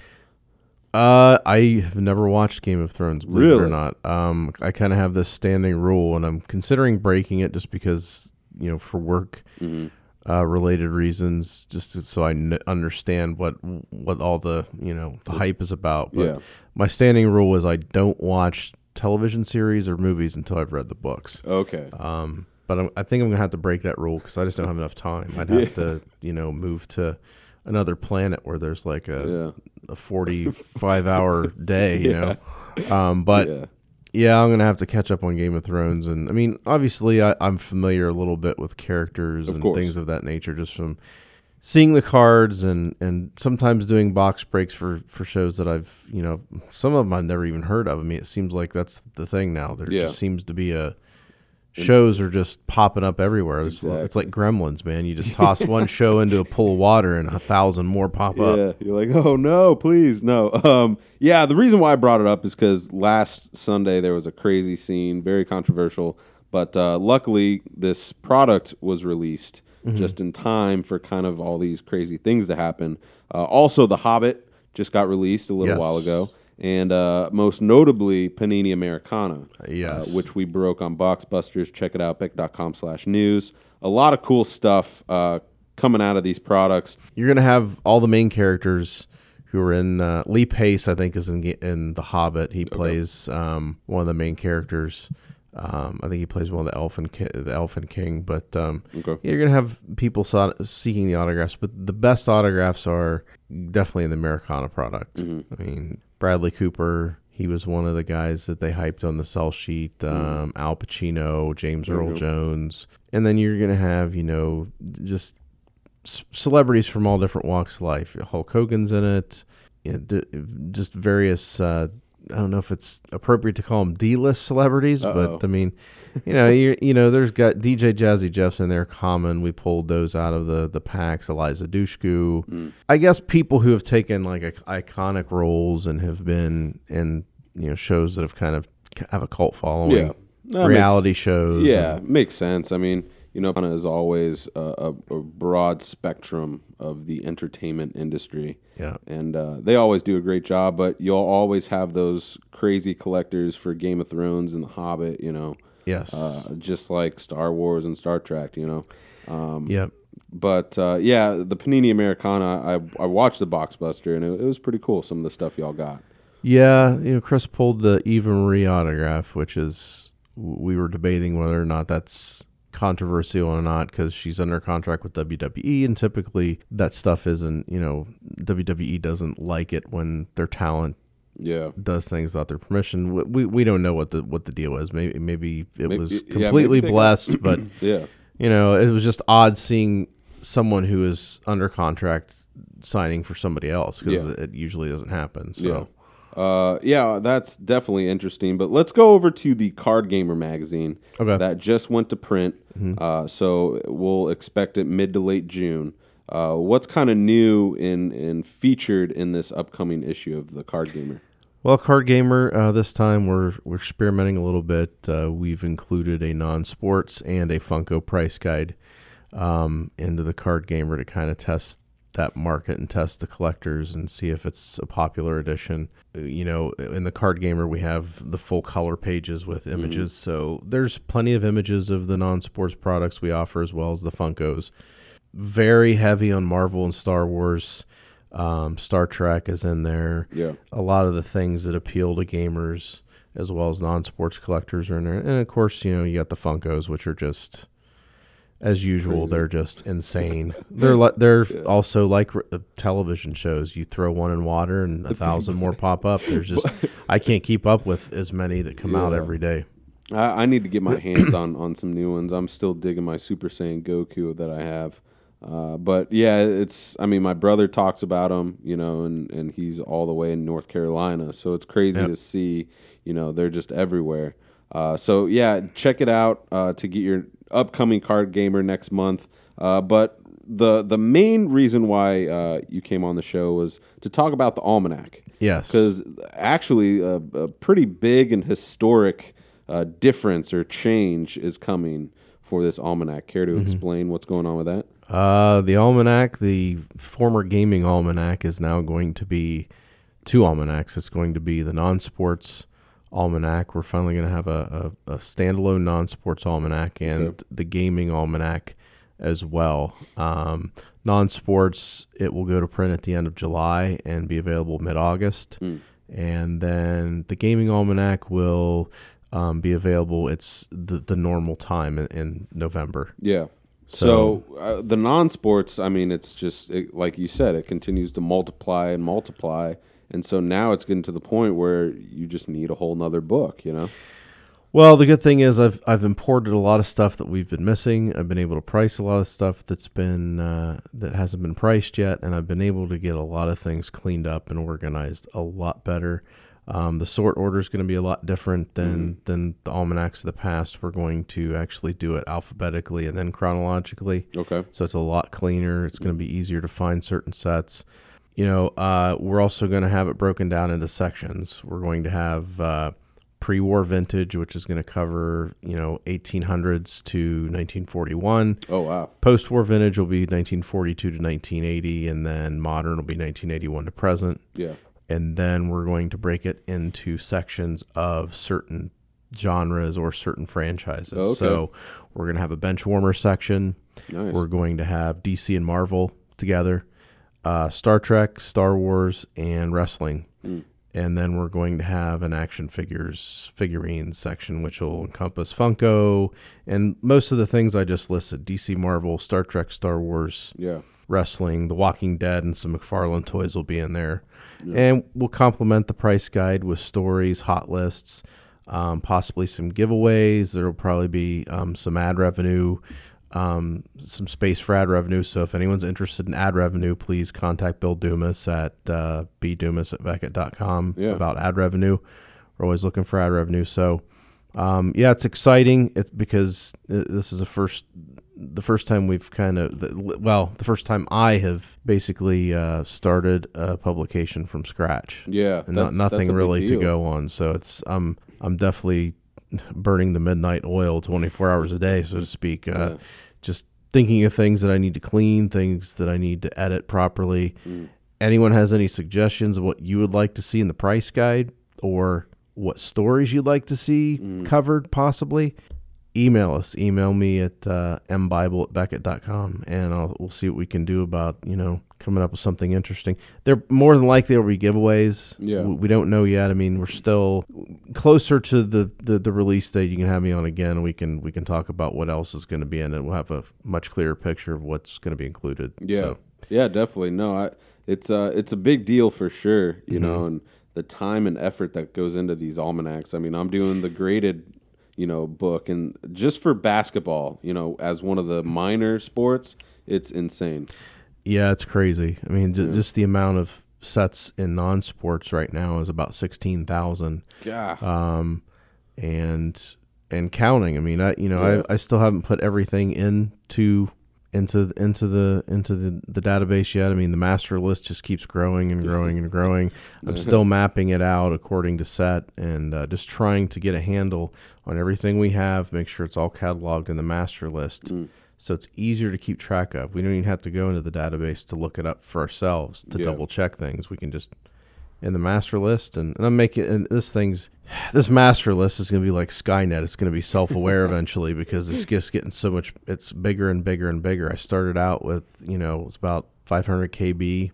Uh, I have never watched Game of Thrones, believe it or
Really?
not. Um, I kind of have this standing rule, and I'm considering breaking it just because you know for work
Mm-hmm.
uh, related reasons, just to- so I n- understand what what all the you know the hype is about. But
Yeah.
my standing rule is I don't watch television series or movies until I've read the books.
Okay.
Um, but I'm, I think I'm gonna have to break that rule because I just don't have enough time.
[laughs]
I'd have to, you know, move to another planet where there's like a a 45 hour day, you know. Um, but yeah.
Yeah.
I'm gonna have to catch up on Game of Thrones, and I mean, obviously, I, I'm familiar a little bit with characters and
course.
things of that nature, just from seeing the cards and and sometimes doing box breaks for for shows that I've you know some of them I've never even heard of. I mean, it seems like that's the thing now. There
Yeah.
just seems to be a shows are just popping up everywhere. It's, li- it's like Gremlins, man. You just toss one show into a pool of water and a thousand more pop up.
Yeah, you're like, oh no, please no. Um, yeah, the reason why I brought it up is because last Sunday there was a crazy scene, very controversial, but uh, luckily this product was released just in time for kind of all these crazy things to happen. Uh, also, The Hobbit just got released a little
Yes.
while ago, and uh, most notably Panini Americana,
yes.
uh, which we broke on Boxbusters. Check it out, beck.com slash news. A lot of cool stuff uh, coming out of these products.
You're gonna have all the main characters who are in uh, Lee Pace. I think is in Ga- in The Hobbit. He plays um, one of the main characters. Um, I think he plays one of the Elfin ki- the Elfin King. But um,
Okay.
yeah, you're gonna have people so- seeking the autographs. But the best autographs are definitely in the Americana product. I mean, Bradley Cooper. He was one of the guys that they hyped on the sell sheet. Um, Al Pacino, James Earl Jones, and then you're gonna have you know just c- celebrities from all different walks of life. Hulk Hogan's in it. You know, th- just various. Uh, I don't know if it's appropriate to call them D-list celebrities,
Uh-oh.
but I mean, you know, you you know, there's got DJ Jazzy Jeff's in there. Common, we pulled those out of the the packs. Eliza Dushku,
Mm.
I guess people who have taken like i- iconic roles and have been in you know shows that have kind of have a cult following,
Yeah. That makes-
reality shows.
Yeah, makes sense. I mean, you know, Pana is always a, a, a broad spectrum of the entertainment industry.
Yeah.
And uh, they always do a great job, but you'll always have those crazy collectors for Game of Thrones and The Hobbit, you know,
Yes.
uh, just like Star Wars and Star Trek, you know. Um,
yep.
But uh, yeah, the Panini Americana, I, I watched the Box Buster and it, it was pretty cool, some of the stuff y'all got.
Yeah, you know, Chris pulled the Eva Marie autograph, which is we were debating whether or not that's controversial or not because she's under contract with WWE, and typically that stuff isn't. You know, WWE doesn't like it when their talent
Yeah.
does things without their permission. We we, we don't know what the what the deal is. Maybe maybe it
Maybe-
was
yeah, maybe
completely
they got- [clears throat]
blessed, but
Yeah.
you know, it was just odd seeing someone who is under contract signing for somebody else because
Yeah.
it usually doesn't happen. So.
Yeah. Uh, yeah, that's definitely interesting. But let's go over to the Card Gamer magazine
Okay.
that just went to print. Uh, so we'll expect it mid to late June. Uh, what's kind of new and and featured in this upcoming issue of the Card Gamer?
Well, card gamer, uh, this time we're we're experimenting a little bit. Uh, we've included a non-sports and a Funko price guide um, into the card gamer to kind of test that market and test the collectors and see if it's a popular edition. Uh, You know, in the card gamer, we have the full color pages with images, so there's plenty of images of the non-sports products we offer as well as the Funkos. Very heavy on Marvel and Star Wars. Um, Star Trek is in there
Yeah.
a lot of the things that appeal to gamers as well as non-sports collectors are in there. And of course, you know, you got the Funkos, which are just as usual, they're
[laughs]
just insane. they're li- they're also like r- uh, television shows. You throw one in
[laughs]
water, and a thousand more pop up. There's just I can't keep up with as many that come out
Yeah.
every day.
I, I need to get my hands on on some new ones. I'm still digging my Super Saiyan Goku that I have. Uh, but yeah, it's. I mean, my brother talks about him, you know, and, and he's all the way in North Carolina, so it's crazy to see. You know, they're just everywhere. Uh, so yeah, check it out uh, to get your upcoming card gamer next month. Uh, but the the main reason why uh, you came on the show was to talk about the almanac.
Yes.
because actually a, a pretty big and historic uh, difference or change is coming for this almanac. Care to
Mm-hmm.
explain what's going on with that?
Uh, the almanac, the former gaming almanac, is now going to be two almanacs. It's going to be the non-sports almanac. We're finally going to have a, a, a standalone non-sports almanac and the gaming almanac as well. Um, non-sports, it will go to print at the end of July and be available mid-August. And then the gaming almanac will um, be available. It's the, the normal time in, in November.
Yeah. So, uh, the non-sports, I mean, it's just it, like you said, it continues to multiply and multiply, and so now it's getting to the point where you just need a whole nother book, you know?
Well, the good thing is I've I've imported a lot of stuff that we've been missing. I've been able to price a lot of stuff that's been uh, that hasn't been priced yet, and I've been able to get a lot of things cleaned up and organized a lot better. Um, the sort order is going to be a lot different than than the almanacs of the past. We're going to actually do it alphabetically and then chronologically.
Okay.
So it's a lot cleaner. It's going to be easier to find certain sets. You know, uh, we're also going to have it broken down into sections. We're going to have uh, pre war vintage, which is going to cover, you know, 1800s to 1941.
Oh wow.
Post war vintage will be 1942 to 1980, and then modern will be 1981 to present.
Yeah.
And then we're going to break it into sections of certain genres or certain franchises.
Okay.
So we're going to have a bench warmer section.
Nice.
We're going to have DC and Marvel together, uh, Star Trek, Star Wars, and wrestling. And then we're going to have an action figures figurines section, which will encompass Funko and most of the things I just listed: DC, Marvel, Star Trek, Star Wars,
yeah.
wrestling, The Walking Dead, and some McFarlane toys will be in there. And we'll complement the price guide with stories, hot lists, um, possibly some giveaways. There will probably be um, some ad revenue, um, some space for ad revenue. So if anyone's interested in ad revenue, please contact Bill Dumas at uh, bdumas at beckett.com
Yeah.
about ad revenue. We're always looking for ad revenue. So. Um, yeah, it's exciting. It's because uh, this is the first the first time we've kind of the- well the first time I have basically uh, started a publication from scratch.
Yeah. that's-
And not,
that's a
nothing
big
really to
deal.
go on. So it's I'm I'm definitely burning the midnight oil 24 hours a day, so to speak. Uh,
Yeah.
Just thinking of things that I need to clean, things that I need to edit properly.
Mm.
Anyone has any suggestions of what you would like to see in the price guide or what stories you'd like to see
Mm.
covered, possibly? Email us. Email me at uh, mbible at beckett.com and I'll, we'll see what we can do about, you know, coming up with something interesting. There more than likely will be giveaways.
Yeah.
We- we don't know yet. I mean, we're still closer to the, the, the release date. You can have me on again. We can we can talk about what else is going to be in it. We'll have a much clearer picture of what's going to be included.
Yeah,
So,
yeah, definitely. No, I, it's uh, it's a big deal for sure. You
Mm-hmm.
know, and the time and effort that goes into these almanacs. I mean, I'm doing the graded, you know, book, and just for basketball, you know, as one of the
Mm-hmm.
minor sports, it's insane.
yeah, it's crazy. I mean, ju- just the amount of sets in non-sports right now is about sixteen thousand.
Yeah,
um, and and counting. I mean, I you know,
Yeah.
I, I still haven't put everything into into into the into the, the database yet. I mean, the master list just keeps growing and growing and growing.
[laughs]
I'm still mapping it out according to set and uh, just trying to get a handle on everything we have. Make sure it's all cataloged in the master list.
Mm.
So it's easier to keep track of. We don't even have to go into the database to look it up for ourselves to
Yeah.
double check things. We can just in the master list and, and I'm making and this thing's [sighs] this master list is gonna be like Skynet. It's gonna be self aware eventually because it's just getting so much it's bigger and bigger and bigger. I started out with, you know, it's about five hundred KB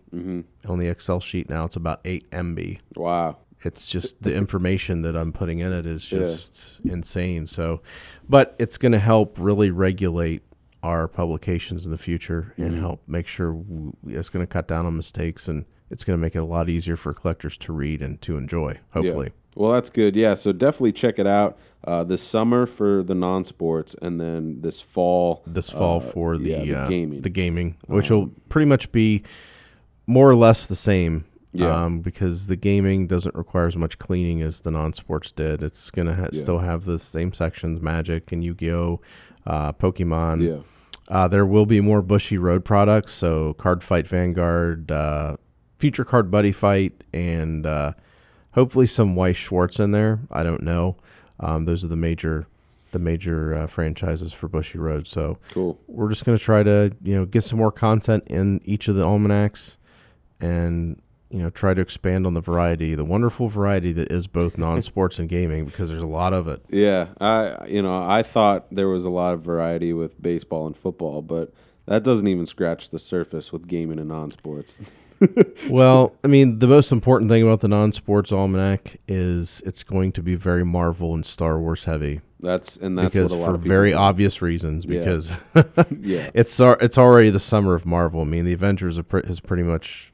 on the Excel sheet now it's about eight MB.
wow.
It's just the information that I'm putting in it is just insane. So but it's gonna help really regulate our publications in the future and help make sure w- it's going to cut down on mistakes and it's going to make it a lot easier for collectors to read and to enjoy hopefully
Well, that's good. Yeah, so definitely check it out uh, this summer for the non-sports, and then this fall.
this fall
uh,
for the,
yeah,
uh,
gaming. Um,
the gaming, which will pretty much be more or less the same.
Yeah.
Um, because the gaming doesn't require as much cleaning as the non-sports did. It's gonna ha-
Yeah.
still have the same sections: Magic and Yu-Gi-Oh, uh, Pokemon.
yeah,
Uh, there will be more bushy road products, so Card Fight Vanguard, uh, Future Card Buddy Fight, and uh, hopefully some Weiss Schwartz in there. I don't know. Um, those are the major, the major uh, franchises for bushy road. So
cool.
we're just going to try to you know get some more content in each of the almanacs and you know try to expand on the variety the wonderful variety that is both [laughs] non-sports and gaming because there's a lot of it
Yeah, I you know I thought there was a lot of variety with baseball and football, but that doesn't even scratch the surface with gaming and non-sports.
well i mean the most important thing about the non-sports almanac is it's going to be very marvel and star wars heavy
That's and that's
because
what a lot
for
of people
very obvious reasons
Yeah.
because
[laughs]
[laughs]
yeah
it's al- it's already the summer of marvel i mean the avengers are pre- has pretty much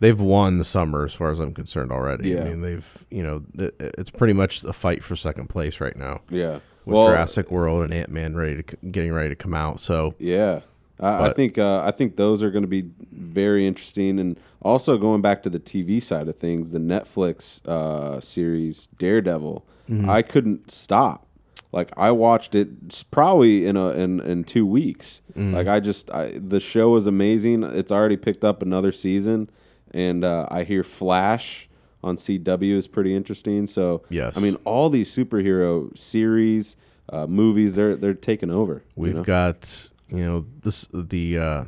they've won the summer as far as i'm concerned already
Yeah.
i mean they've you know th- it's pretty much a fight for second place right now
yeah
with Jurassic World and Ant Man ready to c- getting ready to come out. So
Yeah, I, I
But-
think uh, I think those are going to be very interesting, and also going back to the TV side of things, the Netflix uh, series Daredevil,
Mm-hmm.
I couldn't stop. Like I watched it s- probably in a in, in two weeks.
Mm-hmm.
Like I just I, the show is amazing. It's already picked up another season, and uh, I hear Flash on CW is pretty interesting. So
Yes.
I mean all these superhero series, uh, movies they're they're taking over. you
we've
know?
got you know this the uh,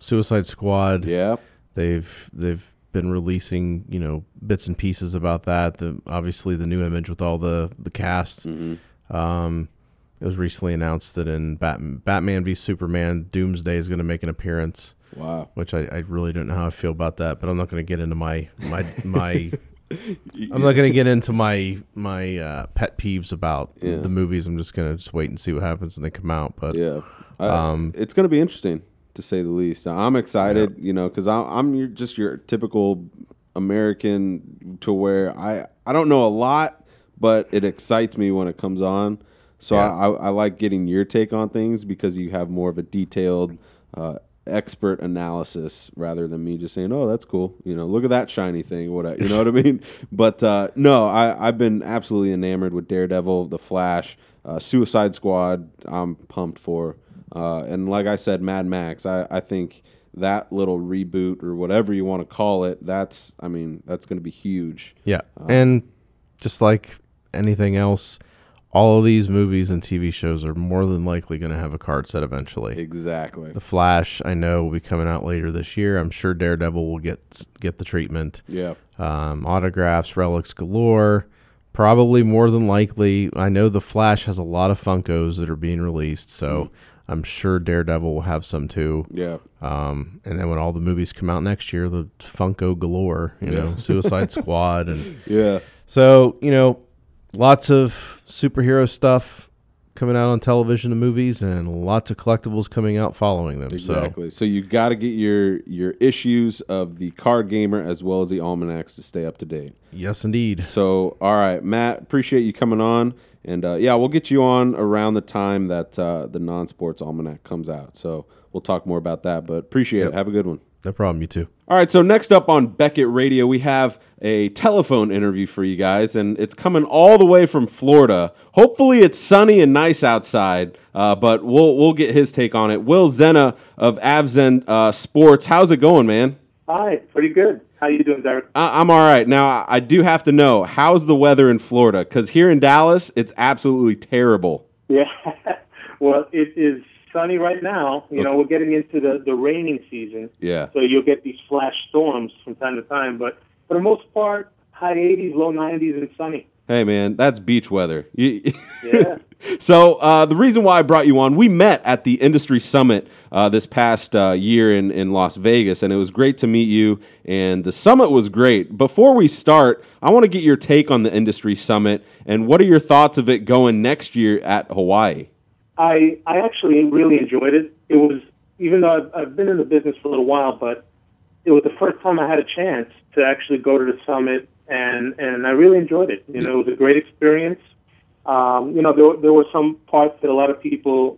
Suicide Squad.
yeah.
They've they've been releasing you know bits and pieces about that. The obviously the new image with all the the cast.
Mm-hmm.
Um, it was recently announced that in Batman, Batman v Superman, Doomsday is going to make an appearance.
Wow.
Which I, I really don't know how I feel about that, but I'm not going to get into my my
[laughs]
my I'm not gonna get into my my uh, pet peeves about
Yeah.
the movies. I'm just gonna just wait and see what happens when they come out. But
Yeah. I- it's going to be interesting, to say the least. I'm excited, you know, because I'm your, just your typical American to where I, I don't know a lot, but it excites me when it comes on. So
Yeah.
I, I, I like getting your take on things because you have more of a detailed uh, expert analysis rather than me just saying, "Oh, that's cool." You know, look at that shiny thing. What you know what I [laughs] mean? But uh, no, I, I've been absolutely enamored with Daredevil, The Flash, uh, Suicide Squad. I'm pumped for, uh, and like I said, Mad Max. I, I think that little reboot or whatever you want to call it, that's I mean, that's going to be huge.
yeah, Um, and just like anything else, all of these movies and TV shows are more than likely gonna have a card set eventually.
Exactly.
The Flash, I know, will be coming out later this year. I'm sure Daredevil will get get the treatment.
Yeah.
um, autographs, relics galore. Probably more than likely, I know the Flash has a lot of Funkos that are being released, so I'm sure Daredevil will have some too.
Yeah.
Um, and then when all the movies come out next year, the Funko galore, you know, Suicide Squad, and
Yeah.
so you know, lots of superhero stuff coming out on television and movies, and lots of collectibles coming out following them. So
Exactly. So, you got to get your your issues of the card gamer as well as the almanacs to stay up to date.
yes, indeed.
So all right, Matt, appreciate you coming on, and uh, yeah, we'll get you on around the time that uh, the non-sports almanac comes out. So we'll talk more about that. But appreciate it. Have a good one.
No problem. You too.
All right, so next up on Beckett Radio, we have a telephone interview for you guys, and it's coming all the way from Florida. Hopefully, it's sunny and nice outside, uh, but we'll we'll get his take on it. Will Zena of Avzen uh, Sports, how's it going, man?
Hi, pretty good. How you doing, Derek?
I- I'm all right. Now, I- I do have to know how's the weather in Florida? Because here in Dallas, it's absolutely terrible.
Yeah. [laughs] well, it is sunny right now. You know, we're getting into the the raining season,
Yeah.
so you'll get these flash storms from time to time. But for the most part, high 80s, low 90s, and sunny.
Hey, man, that's beach weather. [laughs] You-
Yeah.
So uh, the reason why I brought you on, we met at the industry summit uh, this past uh, year in, in Las Vegas, and it was great to meet you. And the summit was great. Before we start, I want to get your take on the industry summit and what are your thoughts of it going next year at Hawaii?
I I actually really enjoyed it. It was even though I've, I've been in the business for a little while, but it was the first time I had a chance to actually go to the summit and and I really enjoyed it. You know, it was a great experience. Um, you know, there there were some parts that a lot of people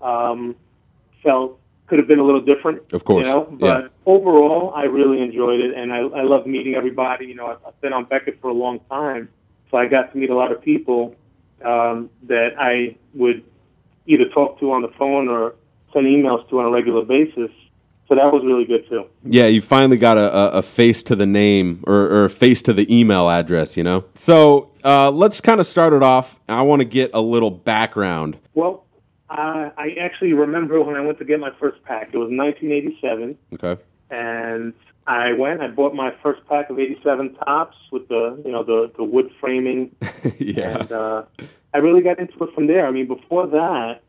um, felt could have been a little different.
Of course,
you know, but
yeah.
overall, I really enjoyed it, and I I love meeting everybody. You know, I've, I've been on Beckett for a long time, so I got to meet a lot of people um, that I would either talk to on the phone or send emails to on a regular basis. So that was really good too.
Yeah, you finally got a, a, a face to the name or, or a face to the email address, you know? So uh, let's kind of start it off. I want to get a little background.
Well, uh, I actually remember when I went to get my first pack. It was 1987,
Okay. [laughs]
and I went. I bought my first pack of 87 tops with the you know the the wood framing,
yeah.
and uh, I really got into it from there. I mean, before that,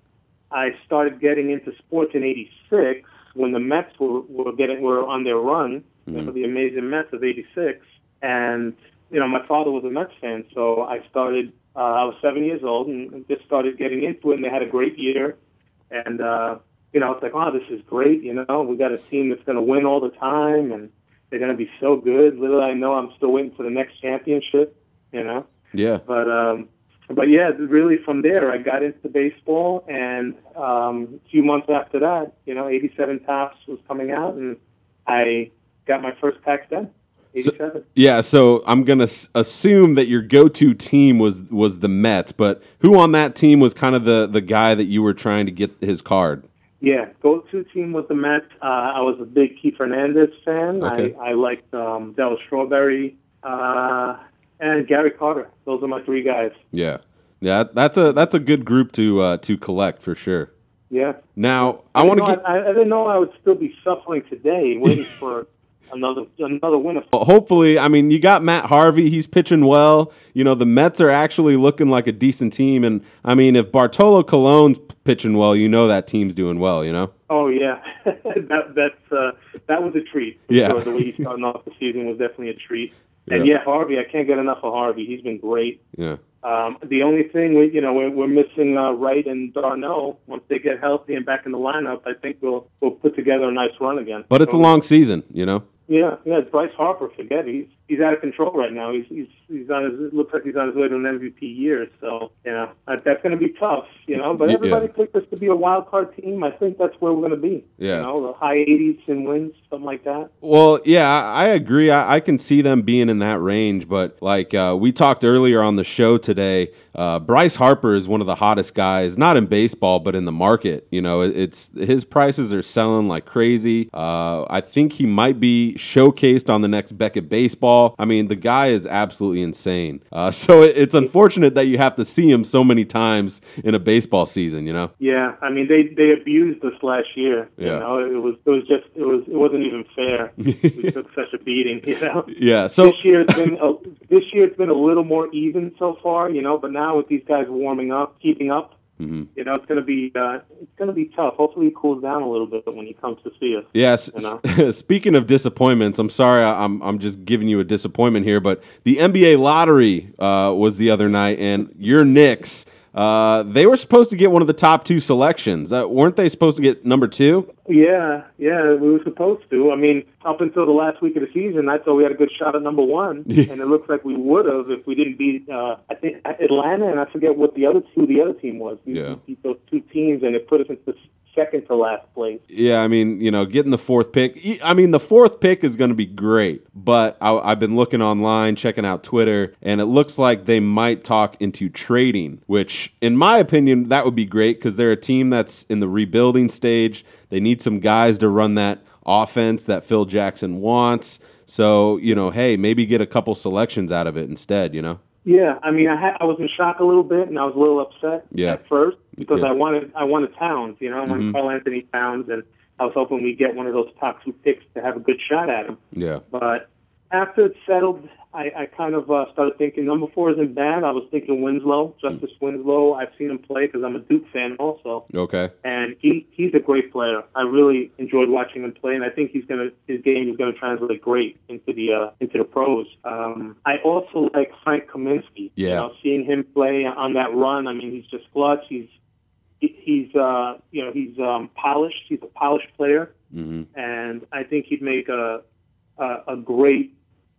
I started getting into sports in '86 when the Mets were, were getting were on their run for the amazing Mets of '86, and you know my father was a Mets fan, so I started. Uh, I was seven years old and just started getting into it, and they had a great year. And uh, you know, it's like, oh, this is great. You know, we got a team that's going to win all the time, and they're going to be so good. Little I know, I'm still waiting for the next championship. You know,
Yeah.
but um, but yeah, really from there I got into baseball, and um, a few months after that, you know, '87 Tops was coming out, and I got my first pack then. '87.
Yeah. So I'm going to s- assume that your go to team was, was the Mets, but who on that team was kind of the, the guy that you were trying to get his card?
Yeah, go-to team was the Mets. Uh, I was a big Keith Hernandez fan.
Okay.
I, I liked um, Del Strawberry uh, and Gary Carter. Those are my three guys.
Yeah. Yeah. That's a, that's a good group to, uh, to collect for sure.
Yeah.
Now, I want to
You know,
get.
I, I didn't know I would still be suffering today,
[laughs]
waiting for another another winner.
But hopefully, I mean, you got Matt Harvey. He's pitching well. You know, the Mets are actually looking like a decent team. And I mean, if Bartolo Colon's p- pitching well, you know that team's doing well. You know.
Oh yeah, [laughs] that that's uh, that was a treat. for
Yeah.
sure. the way he's starting off the season was definitely a treat. And
Yeah.
yeah, Harvey, I can't get enough of Harvey. He's been great.
Yeah.
Um, the only thing we, you know, we're, we're missing uh, Wright and Darno. Once they get healthy and back in the lineup, I think we'll we'll put together a nice run again.
But it's a
So,
long season. You know.
Yeah, yeah. Bryce Harper, forget it. he's he's out of control right now. He's he's he's on his it looks like he's on his way to an MVP year. So you know that- that's going to be tough. You know, but
Yeah.
everybody picked us to be a wild card team. I think that's where we're going to be.
Yeah.
you know, the high 80s in wins, something like that.
Well, yeah, I I agree. I, I can see them being in that range, but like uh, we talked earlier on the show today, uh, Bryce Harper is one of the hottest guys, not in baseball, but in the market. You know, it, it's his prices are selling like crazy. Uh, I think he might be showcased on the next Beckett baseball. I mean, the guy is absolutely insane. Uh, [laughs] so it, it's unfortunate that you have to see him so many times in a baseball season. You know?
Yeah, I mean they they abused us last year.
Yeah.
You know, it was it was just it was it wasn't even
[laughs]
fair. we took such a beating. You know,
Yeah. So
this year it's been a, this year it's been a little more even so far. You know, but now with these guys warming up, keeping up,
Mm-hmm.
you know, it's gonna be uh, it's gonna be tough. Hopefully, it cools down a little bit when he comes to see us.
Yes. [laughs]
You
Speaking of disappointments, I'm sorry, I- I'm I'm just giving you a disappointment here, but the NBA lottery uh, was the other night, and your Knicks, uh, they were supposed to get one of the top two selections, uh, weren't they? Supposed to get number two?
Yeah, yeah, we were supposed to. I mean, up until the last week of the season, I thought we had a good shot at
[laughs]
number one, and it looks like we would have if we didn't beat uh, I think Atlanta, and I forget what the other who the other team was. We
Yeah.
beat those two teams, and it put us into second to last place.
Yeah, I mean, you know, getting the fourth pick. e- I mean, the fourth pick is going to be great, but I, I've been looking online, checking out Twitter, and it looks like they might talk into trading, which, in my opinion, that would be great because they're a team that's in the rebuilding stage. They need some guys to run that offense that Phil Jackson wants. So, you know, hey, maybe get a couple selections out of it instead, you know?
Yeah, I mean, I had, I was in shock a little bit, and I was a little upset
Yeah.
at first because
Yeah. Mm-hmm.
I wanted I wanted Towns, you know, I wanted Carl Anthony Towns, and I was hoping we'd get one of those top two picks to have a good shot at him.
Yeah.
But after it settled, I, I kind of uh, started thinking number four isn't bad. I was thinking Winslow, Justice
Mm.
Winslow. I've seen him play because I'm a Duke fan also,
Okay.
and he he's a great player. I really enjoyed watching him play, and I think he's gonna his game is gonna translate great into the uh, into the pros. Um, I also like Frank Kaminsky.
Yeah.
you know, seeing him play on that run. I mean, he's just clutch. He's he- he's uh, you know he's um, polished. He's a polished player
hmm
and I think he'd make a a, a great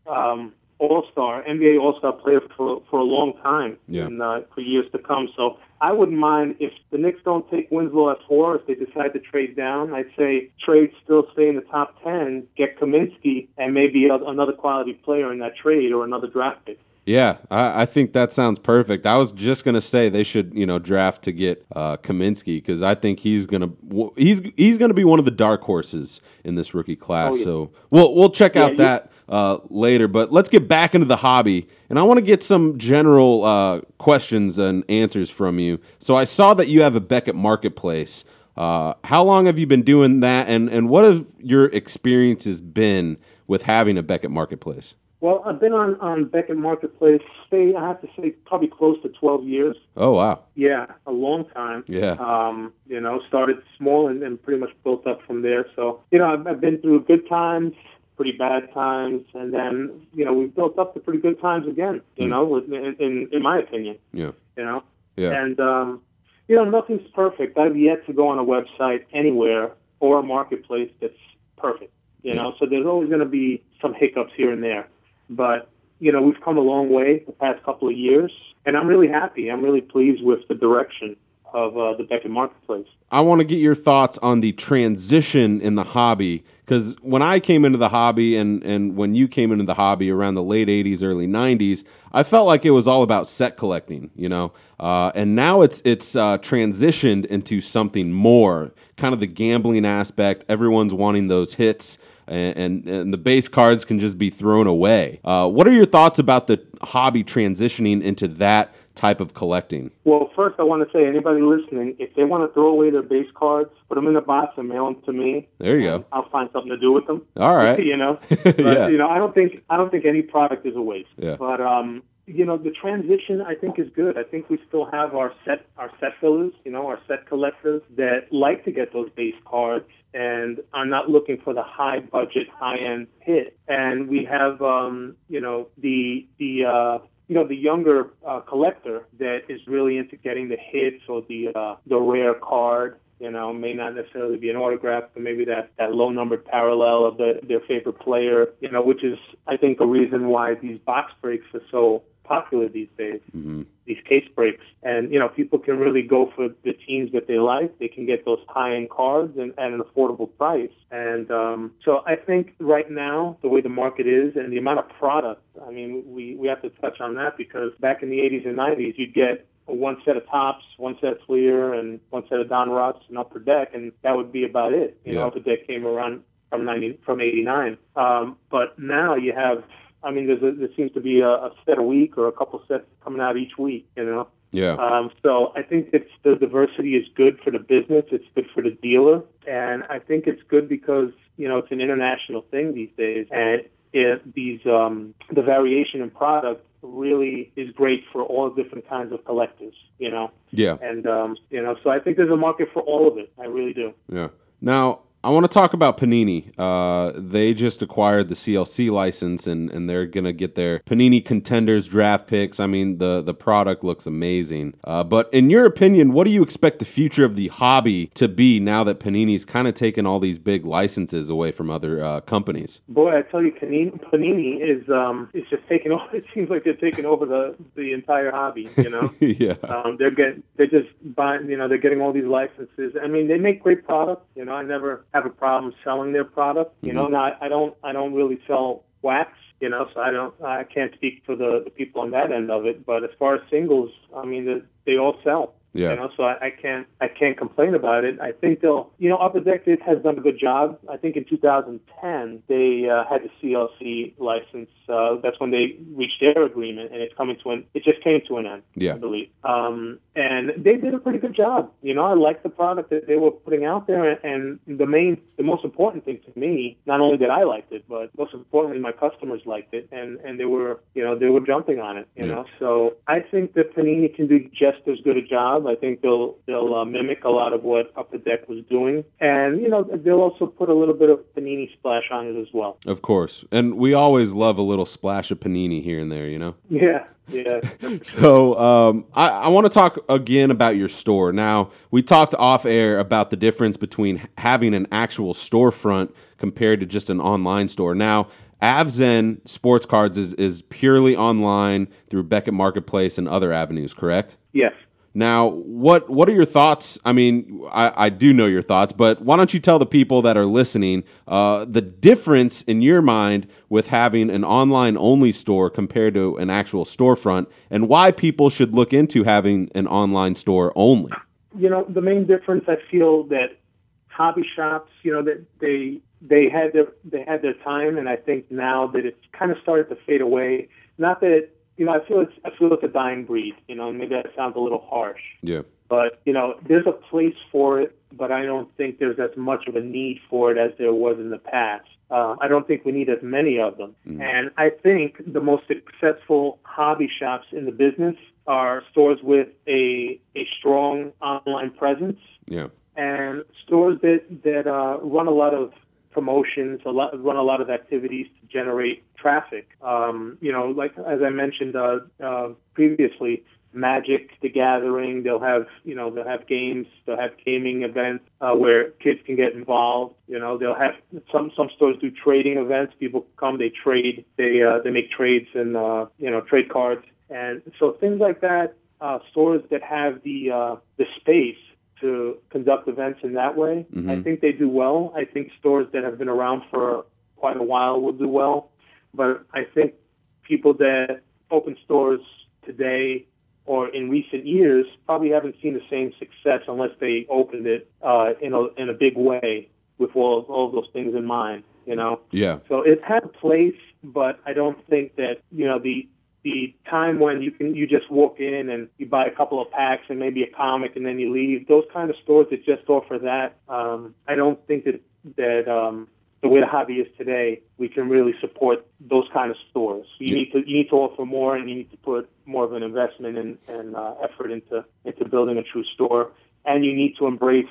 um, All Star, NBA All Star player for for a long time,
Yeah.
and uh, for years to come. So I wouldn't mind if the Knicks don't take Winslow at four. If they decide to trade down, I'd say trade still stay in the top ten, get Kaminsky, and maybe a, another quality player in that trade or another draft pick.
Yeah, I, I think that sounds perfect. I was just gonna say they should, you know, draft to get uh, Kaminsky because I think he's gonna w- he's he's gonna be one of the dark horses in this rookie class.
Oh, yeah.
So we'll we'll check out
you-
that uh, later. But let's get back into the hobby, and I want to get some general uh, questions and answers from you. So I saw that you have a Beckett Marketplace. Uh, how long have you been doing that, and and what have your experiences been with having a Beckett Marketplace?
Well, I've been on on Beckett Marketplace. Stay, I have to say, probably close to twelve years.
Oh wow,
Yeah, a long time.
Yeah.
Um, you know, started small and, and pretty much built up from there. So, you know, I've, I've been through good times, pretty bad times, and then, you know, we've built up to pretty good times again, you know, with, in, in, in my opinion,
yeah,
you know.
yeah.
And, um, you know, nothing's perfect. I've yet to go on a website anywhere or a marketplace that's perfect, you know, so there's always going to be some hiccups here and there. But, you know, we've come a long way the past couple of years, and I'm really happy. I'm really pleased with the direction of uh, the Beckett Marketplace.
I want to get your thoughts on the transition in the hobby because when I came into the hobby and and when you came into the hobby around the late '80s, early '90s, I felt like it was all about set collecting, you know. Uh, and now it's it's uh, transitioned into something more, kind of the gambling aspect. Everyone's wanting those hits. And, and, and the base cards can just be thrown away. Uh, what are your thoughts about the hobby transitioning into that type of collecting?
Well, first, I want to say anybody listening, if they want to throw away their base cards, put them in a box and mail them to me.
There you go.
I'll find something to do with them.
All right.
[laughs]
[laughs]
you know, but,
Yeah.
you know, I don't think I don't think any product is a waste.
Yeah.
But um, you know, the transition I think is good. I think we still have our set our set fillers, you know, our set collectors that like to get those base cards and are not looking for the high budget, high end hit. And we have um, you know, the the uh you know the younger uh, collector that is really into getting the hits or the uh, the rare card you know, may not necessarily be an autograph, but maybe that, that low numbered parallel of the, their favorite player, you know, which is, I think, the reason why these box breaks are so popular these days, mm-hmm. these case breaks. And, you know, people can really go for the teams that they like. They can get those high end cards and, at an affordable price. And um, so I think right now, the way the market is and the amount of product, I mean, we, we have to touch on that because back in the 80s and 90s, you'd get one set of tops, one set of Fleer, and one set of Don Ross and Upper Deck, and that would be about it. You
Yeah.
know, Upper Deck came around from ninety from eighty nine. Um, but now you have, I mean, there's a, there seems to be a, a set a week or a couple sets coming out each week. You know,
Yeah.
um, so I think it's the diversity is good for the business. It's good for the dealer, and I think it's good because you know it's an international thing these days, and it, these um, the variation in product really is great for all different kinds of collectors. You know,
Yeah.
and um, you know, so I think there's a market for all of it. I really do.
Yeah. Now I want to talk about Panini. Uh, they just acquired the CLC license, and, and they're gonna get their Panini contenders draft picks. I mean, the the product looks amazing. Uh, but in your opinion, what do you expect the future of the hobby to be now that Panini's kind of taken all these big licenses away from other uh, companies? [laughs]
Boy, I tell you, Panini, Panini is um, is just taking over. [laughs] It seems like they're taking over the the entire hobby. You know.
yeah.
[laughs] Um, they're getting, they're just buying, you know, they're getting all these licenses. I mean, they make great products. You know, I never have a problem selling their product. You
Mm-hmm.
know, now I don't, I don't really sell wax. You know, so I don't, I can't speak for the, the people on that end of it. But as far as singles, I mean, they, they all sell.
Yeah.
You know, so I, I can't, I can't complain about it. I think they'll, you know, Upper Deck did- has done a good job. I think in 2010 they uh, had the CLC license. Uh, that's when they reached their agreement, and it's coming to an, it just came to an end.
Yeah.
I believe. Um, and they did a pretty good job. You know, I liked the product that they were putting out there, and the main, the most important thing to me, not only that I liked it, but most importantly, my customers liked it, and and they were, you know, they were jumping on it. You
Yeah.
know, so I think that Panini can do just as good a job. I think they'll they'll uh, mimic a lot of what Upper Deck was doing, and you know, they'll also put a little bit of Panini splash on it as well. [laughs]
Of course. And we always love a little splash of Panini here and there, you know.
Yeah, yeah.
So um, I, I want to talk again about your store. Now we talked off air about the difference between having an actual storefront compared to just an online store. Now Avzen Sports Cards is, is purely online through Beckett Marketplace and other avenues, correct?
Yes.
Now, what what are your thoughts? I mean, I, I do know your thoughts, but why don't you tell the people that are listening uh, the difference in your mind with having an online only store compared to an actual storefront, and why people should look into having an online store only?
You know, the main difference I feel that hobby shops, you know, that they they had their they had their time, and I think now that it's kind of started to fade away. Not that it, you know, I feel it's I feel it's a dying breed. You know, and maybe that sounds a little harsh,
Yeah.
but you know, there's a place for it, but I don't think there's as much of a need for it as there was in the past. Uh, I don't think we need as many of them, and I think the most successful hobby shops in the business are stores with a a strong online presence
Yeah.
and stores that that uh, run a lot of promotions, a lot run a lot of activities to generate traffic. Um, you know, like as I mentioned uh, uh, previously, Magic, The Gathering, they'll have you know they'll have games, they'll have gaming events uh, where kids can get involved. You know, they'll have some some stores do trading events. People come, they trade, they uh, they make trades and uh, you know trade cards, and so things like that. Uh, stores that have the uh, the space to conduct events in that way. I think they do well. I think stores that have been around for quite a while will do well. But I think people that open stores today or in recent years probably haven't seen the same success unless they opened it uh, in, a, in a big way with all, all of those things in mind, you know?
Yeah.
So it had a place, but I don't think that you know the the time when you can you just walk in and you buy a couple of packs and maybe a comic and then you leave. Those kind of stores that just offer that, um, I don't think that that um, the way the hobby is today, we can really support those kind of stores. You
Yeah.
need to you need to offer more and you need to put more of an investment and, and uh, effort into into building a true store, and you need to embrace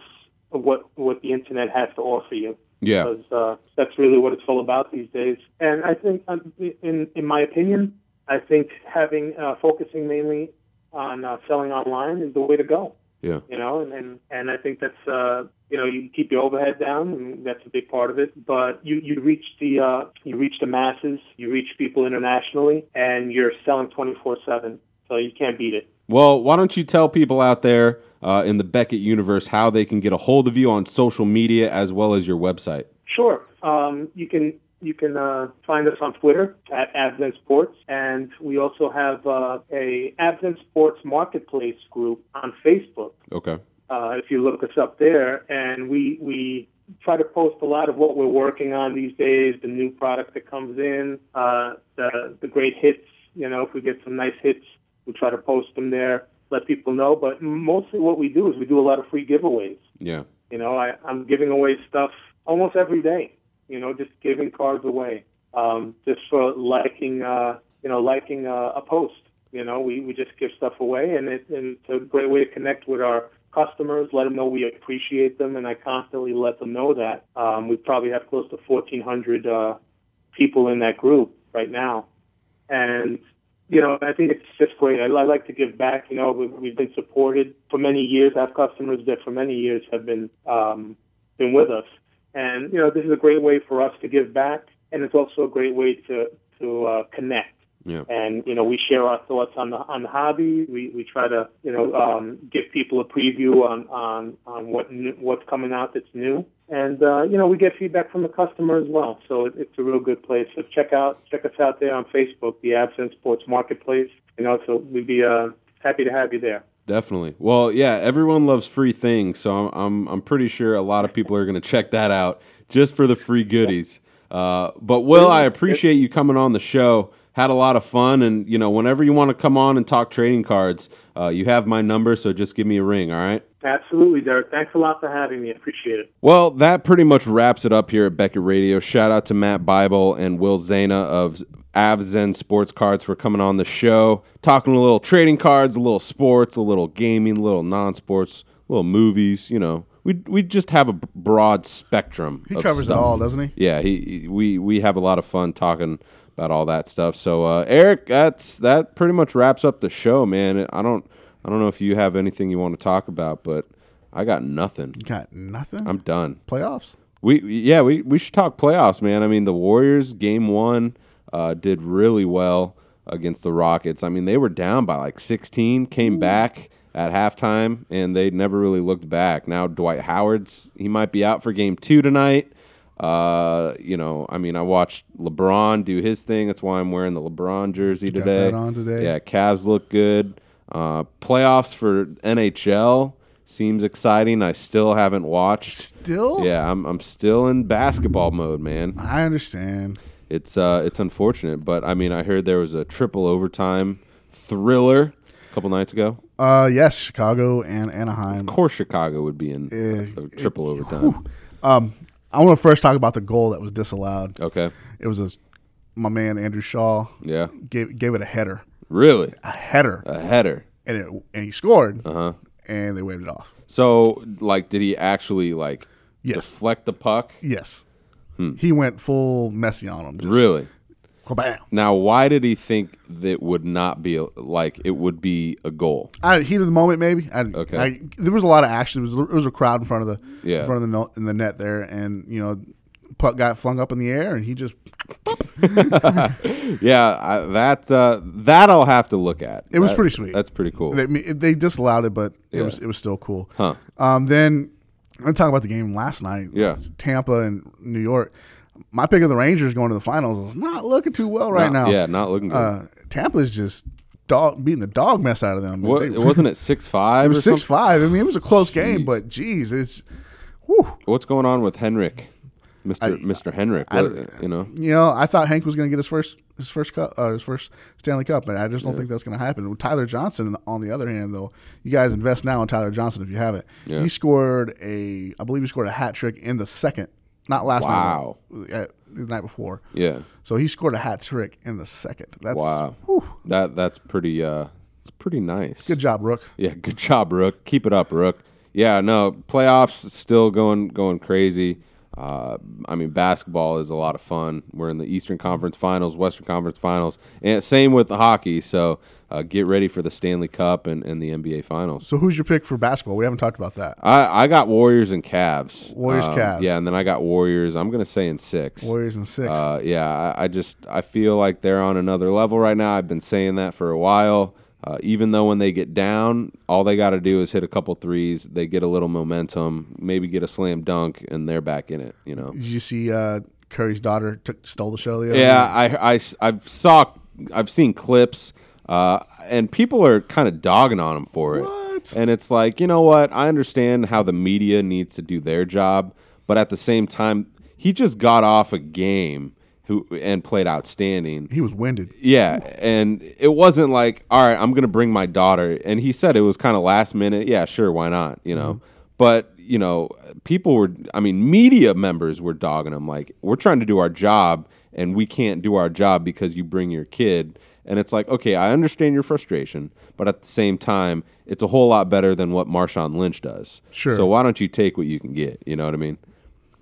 what what the internet has to offer you
Yeah.
because uh, that's really what it's all about these days. And I think, um, in in my opinion, I think having uh, focusing mainly on uh, selling online is the way to go.
Yeah.
You know, and and, and I think that's uh, you know you keep your overhead down, and that's a big part of it. But you you reach the uh, you reach the masses, you reach people internationally, and you're selling twenty four seven. So you can't beat it.
Well, why don't you tell people out there uh, in the Beckett universe how they can get a hold of you on social media as well as your website?
Sure. Um, you can you can uh, find us on Twitter at Advent Sports, and we also have uh, a Advent Sports Marketplace group on Facebook.
Okay.
Uh, if you look us up there, and we we try to post a lot of what we're working on these days, the new product that comes in, uh, the the great hits. You know, if we get some nice hits, we try to post them there, let people know. But mostly, what we do is we do a lot of free giveaways.
Yeah.
You know, I, I'm giving away stuff almost every day. You know, just giving cards away, um, just for liking, uh, you know, liking uh, a post. You know, we, we just give stuff away, and, it, and it's a great way to connect with our customers, let them know we appreciate them, and I constantly let them know that. Um, we probably have close to 1,400 uh, people in that group right now and you know I think it's just great. I, I like to give back. You know, we've, we've been supported for many years. I have customers that for many years have been um, been with us, and you know this is a great way for us to give back, and it's also a great way to to uh, connect.
Yeah.
And you know we share our thoughts on the on the hobby. We we try to you know um, give people a preview on on on what new, what's coming out that's new. And uh, you know we get feedback from the customer as well. So it, it's a real good place. So check out check us out there on Facebook, the Absent Sports Marketplace. You know so we'd be uh, happy to have you there.
Definitely. Well, yeah, everyone loves free things, so I'm I'm, I'm pretty sure a lot of people are going to check that out just for the free goodies. Uh, but Will, I appreciate you coming on the show. Had a lot of fun, and you know, whenever you want to come on and talk trading cards, uh, you have my number, so just give me a ring. All right.
Absolutely, Derek. Thanks a lot for having me. Appreciate it.
Well, that pretty much wraps it up here at Beckett Radio. Shout out to Matt Bible and Will Zana of Avzen Sports Cards for coming on the show, talking a little trading cards, a little sports, a little gaming, a little non-sports, little movies. You know, we we just have a b- broad spectrum.
He
of
covers
stuff.
it all, doesn't he?
Yeah, he, he- we we have a lot of fun talking about all that stuff. So uh, Eric, that's that pretty much wraps up the show, man. I don't I don't know if you have anything you want to talk about, but I got nothing.
Got nothing.
I'm done.
Playoffs.
We yeah, we, we should talk playoffs, man. I mean, the Warriors game one uh, did really well against the Rockets. I mean, they were down by like 16, came back at halftime, and they never really looked back. Now Dwight Howard's he might be out for game two tonight. Uh, you know, I mean, I watched LeBron do his thing. That's why I'm wearing the LeBron jersey
got
today.
that on today.
Yeah, Cavs look good. Uh, playoffs for NHL seems exciting. I still haven't watched.
Still,
Yeah, I'm I'm still in basketball mode, man.
I understand.
It's uh it's unfortunate, but I mean I heard there was a triple overtime thriller a couple nights ago.
Uh, yes, Chicago and Anaheim.
Of course Chicago would be in a, a triple overtime.
Um, I want to first talk about the goal that was disallowed.
Okay.
It was a, my man Andrew Shaw
Yeah.
gave gave it a header,
Really?
a header,
A header.
and it and he scored,
Uh-huh.
and they waved it off.
So like did he actually like
Yes.
deflect the puck?
Yes, he went full messy on him. Just
Hmm. Really?
bam.
Now why did he think that would not be a, like it would be a goal?
I, heat of the moment, maybe. I,
Okay.
I, there was a lot of action. It was, there was a crowd in front of the
Yeah.
in front of the no, in the net there, and you know, puck got flung up in the air, and he just
Yeah, I, that uh, that I'll have to look at.
It was
That-
pretty sweet.
That's pretty cool.
they, they disallowed it, but it
Yeah.
was it was still cool.
Huh.
Um, then I'm talking about the game last night.
Yeah.
Tampa and New York. My pick of the Rangers going to the finals is not looking too well right
Not-
now.
Yeah, not looking good.
Uh, Tampa's just dog beating the dog mess out of them.
What,
[laughs] They-
it wasn't it six five?
it was six five. I mean, it was a close game, but geez, it's. Whew.
What's going on with Henrik, Mister Mister Henrik?
I-
What- you know,
You know, I thought Hank was going to get his first his first cup, uh, his first Stanley Cup, but I just don't think that's going to happen. With Tyler Johnson, on the other hand, though, you guys invest now in Tyler Johnson if you haven't.
Yeah.
He scored a, I believe he scored a hat trick in the second, not last
Wow.
night, but, uh, the night before.
yeah,
So he scored a hat trick in the second. That's
wow,
whew.
that that's pretty. Uh, it's pretty nice.
good job, Rook.
Yeah, good job, Rook. Keep it up, Rook. Yeah, no playoffs still going going crazy. Uh, I mean, basketball is a lot of fun. We're in the Eastern Conference Finals, Western Conference Finals, and same with the hockey. So uh, get ready for the Stanley Cup and, and the NBA Finals.
So who's your pick for basketball? We haven't talked about that.
I, I got Warriors and Cavs.
Warriors,
Um,
Cavs.
Yeah, and then I got Warriors. I'm gonna say in six.
Warriors in six.
Uh, yeah, I, I just I feel like they're on another level right now. I've been saying that for a while. Uh, even though when they get down, all they got to do is hit a couple threes. They get a little momentum, maybe get a slam dunk, and they're back in it. You know.
Did you see uh, Curry's daughter took stole the show the other
Yeah,
night?
I, I, have saw I've seen clips, uh, and people are kind of dogging on him for it.
What?
And it's like, you know what? I understand how the media needs to do their job, but at the same time, he just got off a game who and played outstanding.
He was winded.
Yeah, and it wasn't like, all right, I'm gonna bring my daughter. And he said it was kind of last minute. Yeah, sure, why not? You know, but you know, people were. I mean, media members were dogging him like, we're trying to do our job, and we can't do our job because you bring your kid. And it's like, okay, I understand your frustration, but at the same time, it's a whole lot better than what Marshawn Lynch does.
Sure.
So why don't you take what you can get? You know what I mean?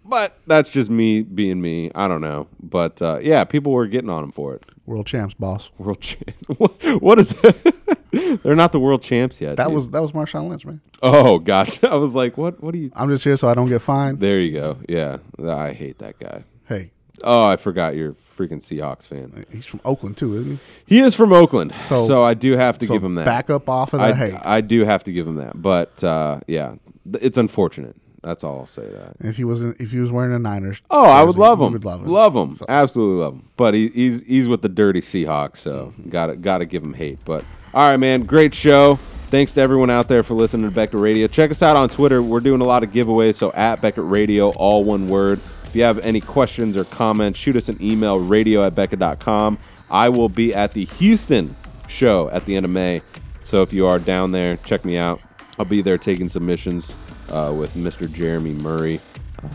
But that's just me being me. I don't know. But uh, yeah, people were getting on him for it
World champs, boss.
world [laughs] champs. What, what is that? [laughs] They're not the world champs yet.
That
dude.
was that was Marshawn Lynch, man.
oh gosh. [laughs] I was like, what? What are you?
I'm just here so I don't get fined.
There you go. Yeah, I hate that guy.
Hey,
Oh, I forgot you're a freaking Seahawks fan.
he's from Oakland too, isn't he?
He is from Oakland, so,
So-
I do have to give him that.
Back up off of
I,
that hate.
I do have to give him that, but uh, yeah, th- it's unfortunate. That's all I'll say. That.
if he wasn't, if he was wearing a Niners,
Oh, I would
jersey,
love
we
him.
would
love
love
him.
him.
Absolutely love him. But he, he's he's with the dirty Seahawks, so
Mm-hmm.
gotta gotta give him hate. But all right, man, great show. Thanks to everyone out there for listening to Beckett Radio. Check us out on Twitter. We're doing a lot of giveaways, so at Beckett Radio, all one word. If you have any questions or comments, shoot us an email, radio at Beckett.com. I will be at the Houston show at the end of May. So if you are down there, check me out. I'll be there taking submissions uh, with Mr. Jeremy Murray.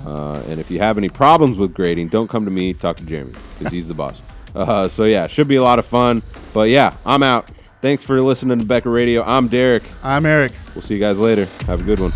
Uh, and if you have any problems with grading, don't come to me. Talk to Jeremy because he's the boss. [laughs] Uh, so yeah, should be a lot of fun. But yeah, I'm out. Thanks for listening to Becker Radio. I'm Derek.
I'm Eric.
We'll see you guys later. Have a good one.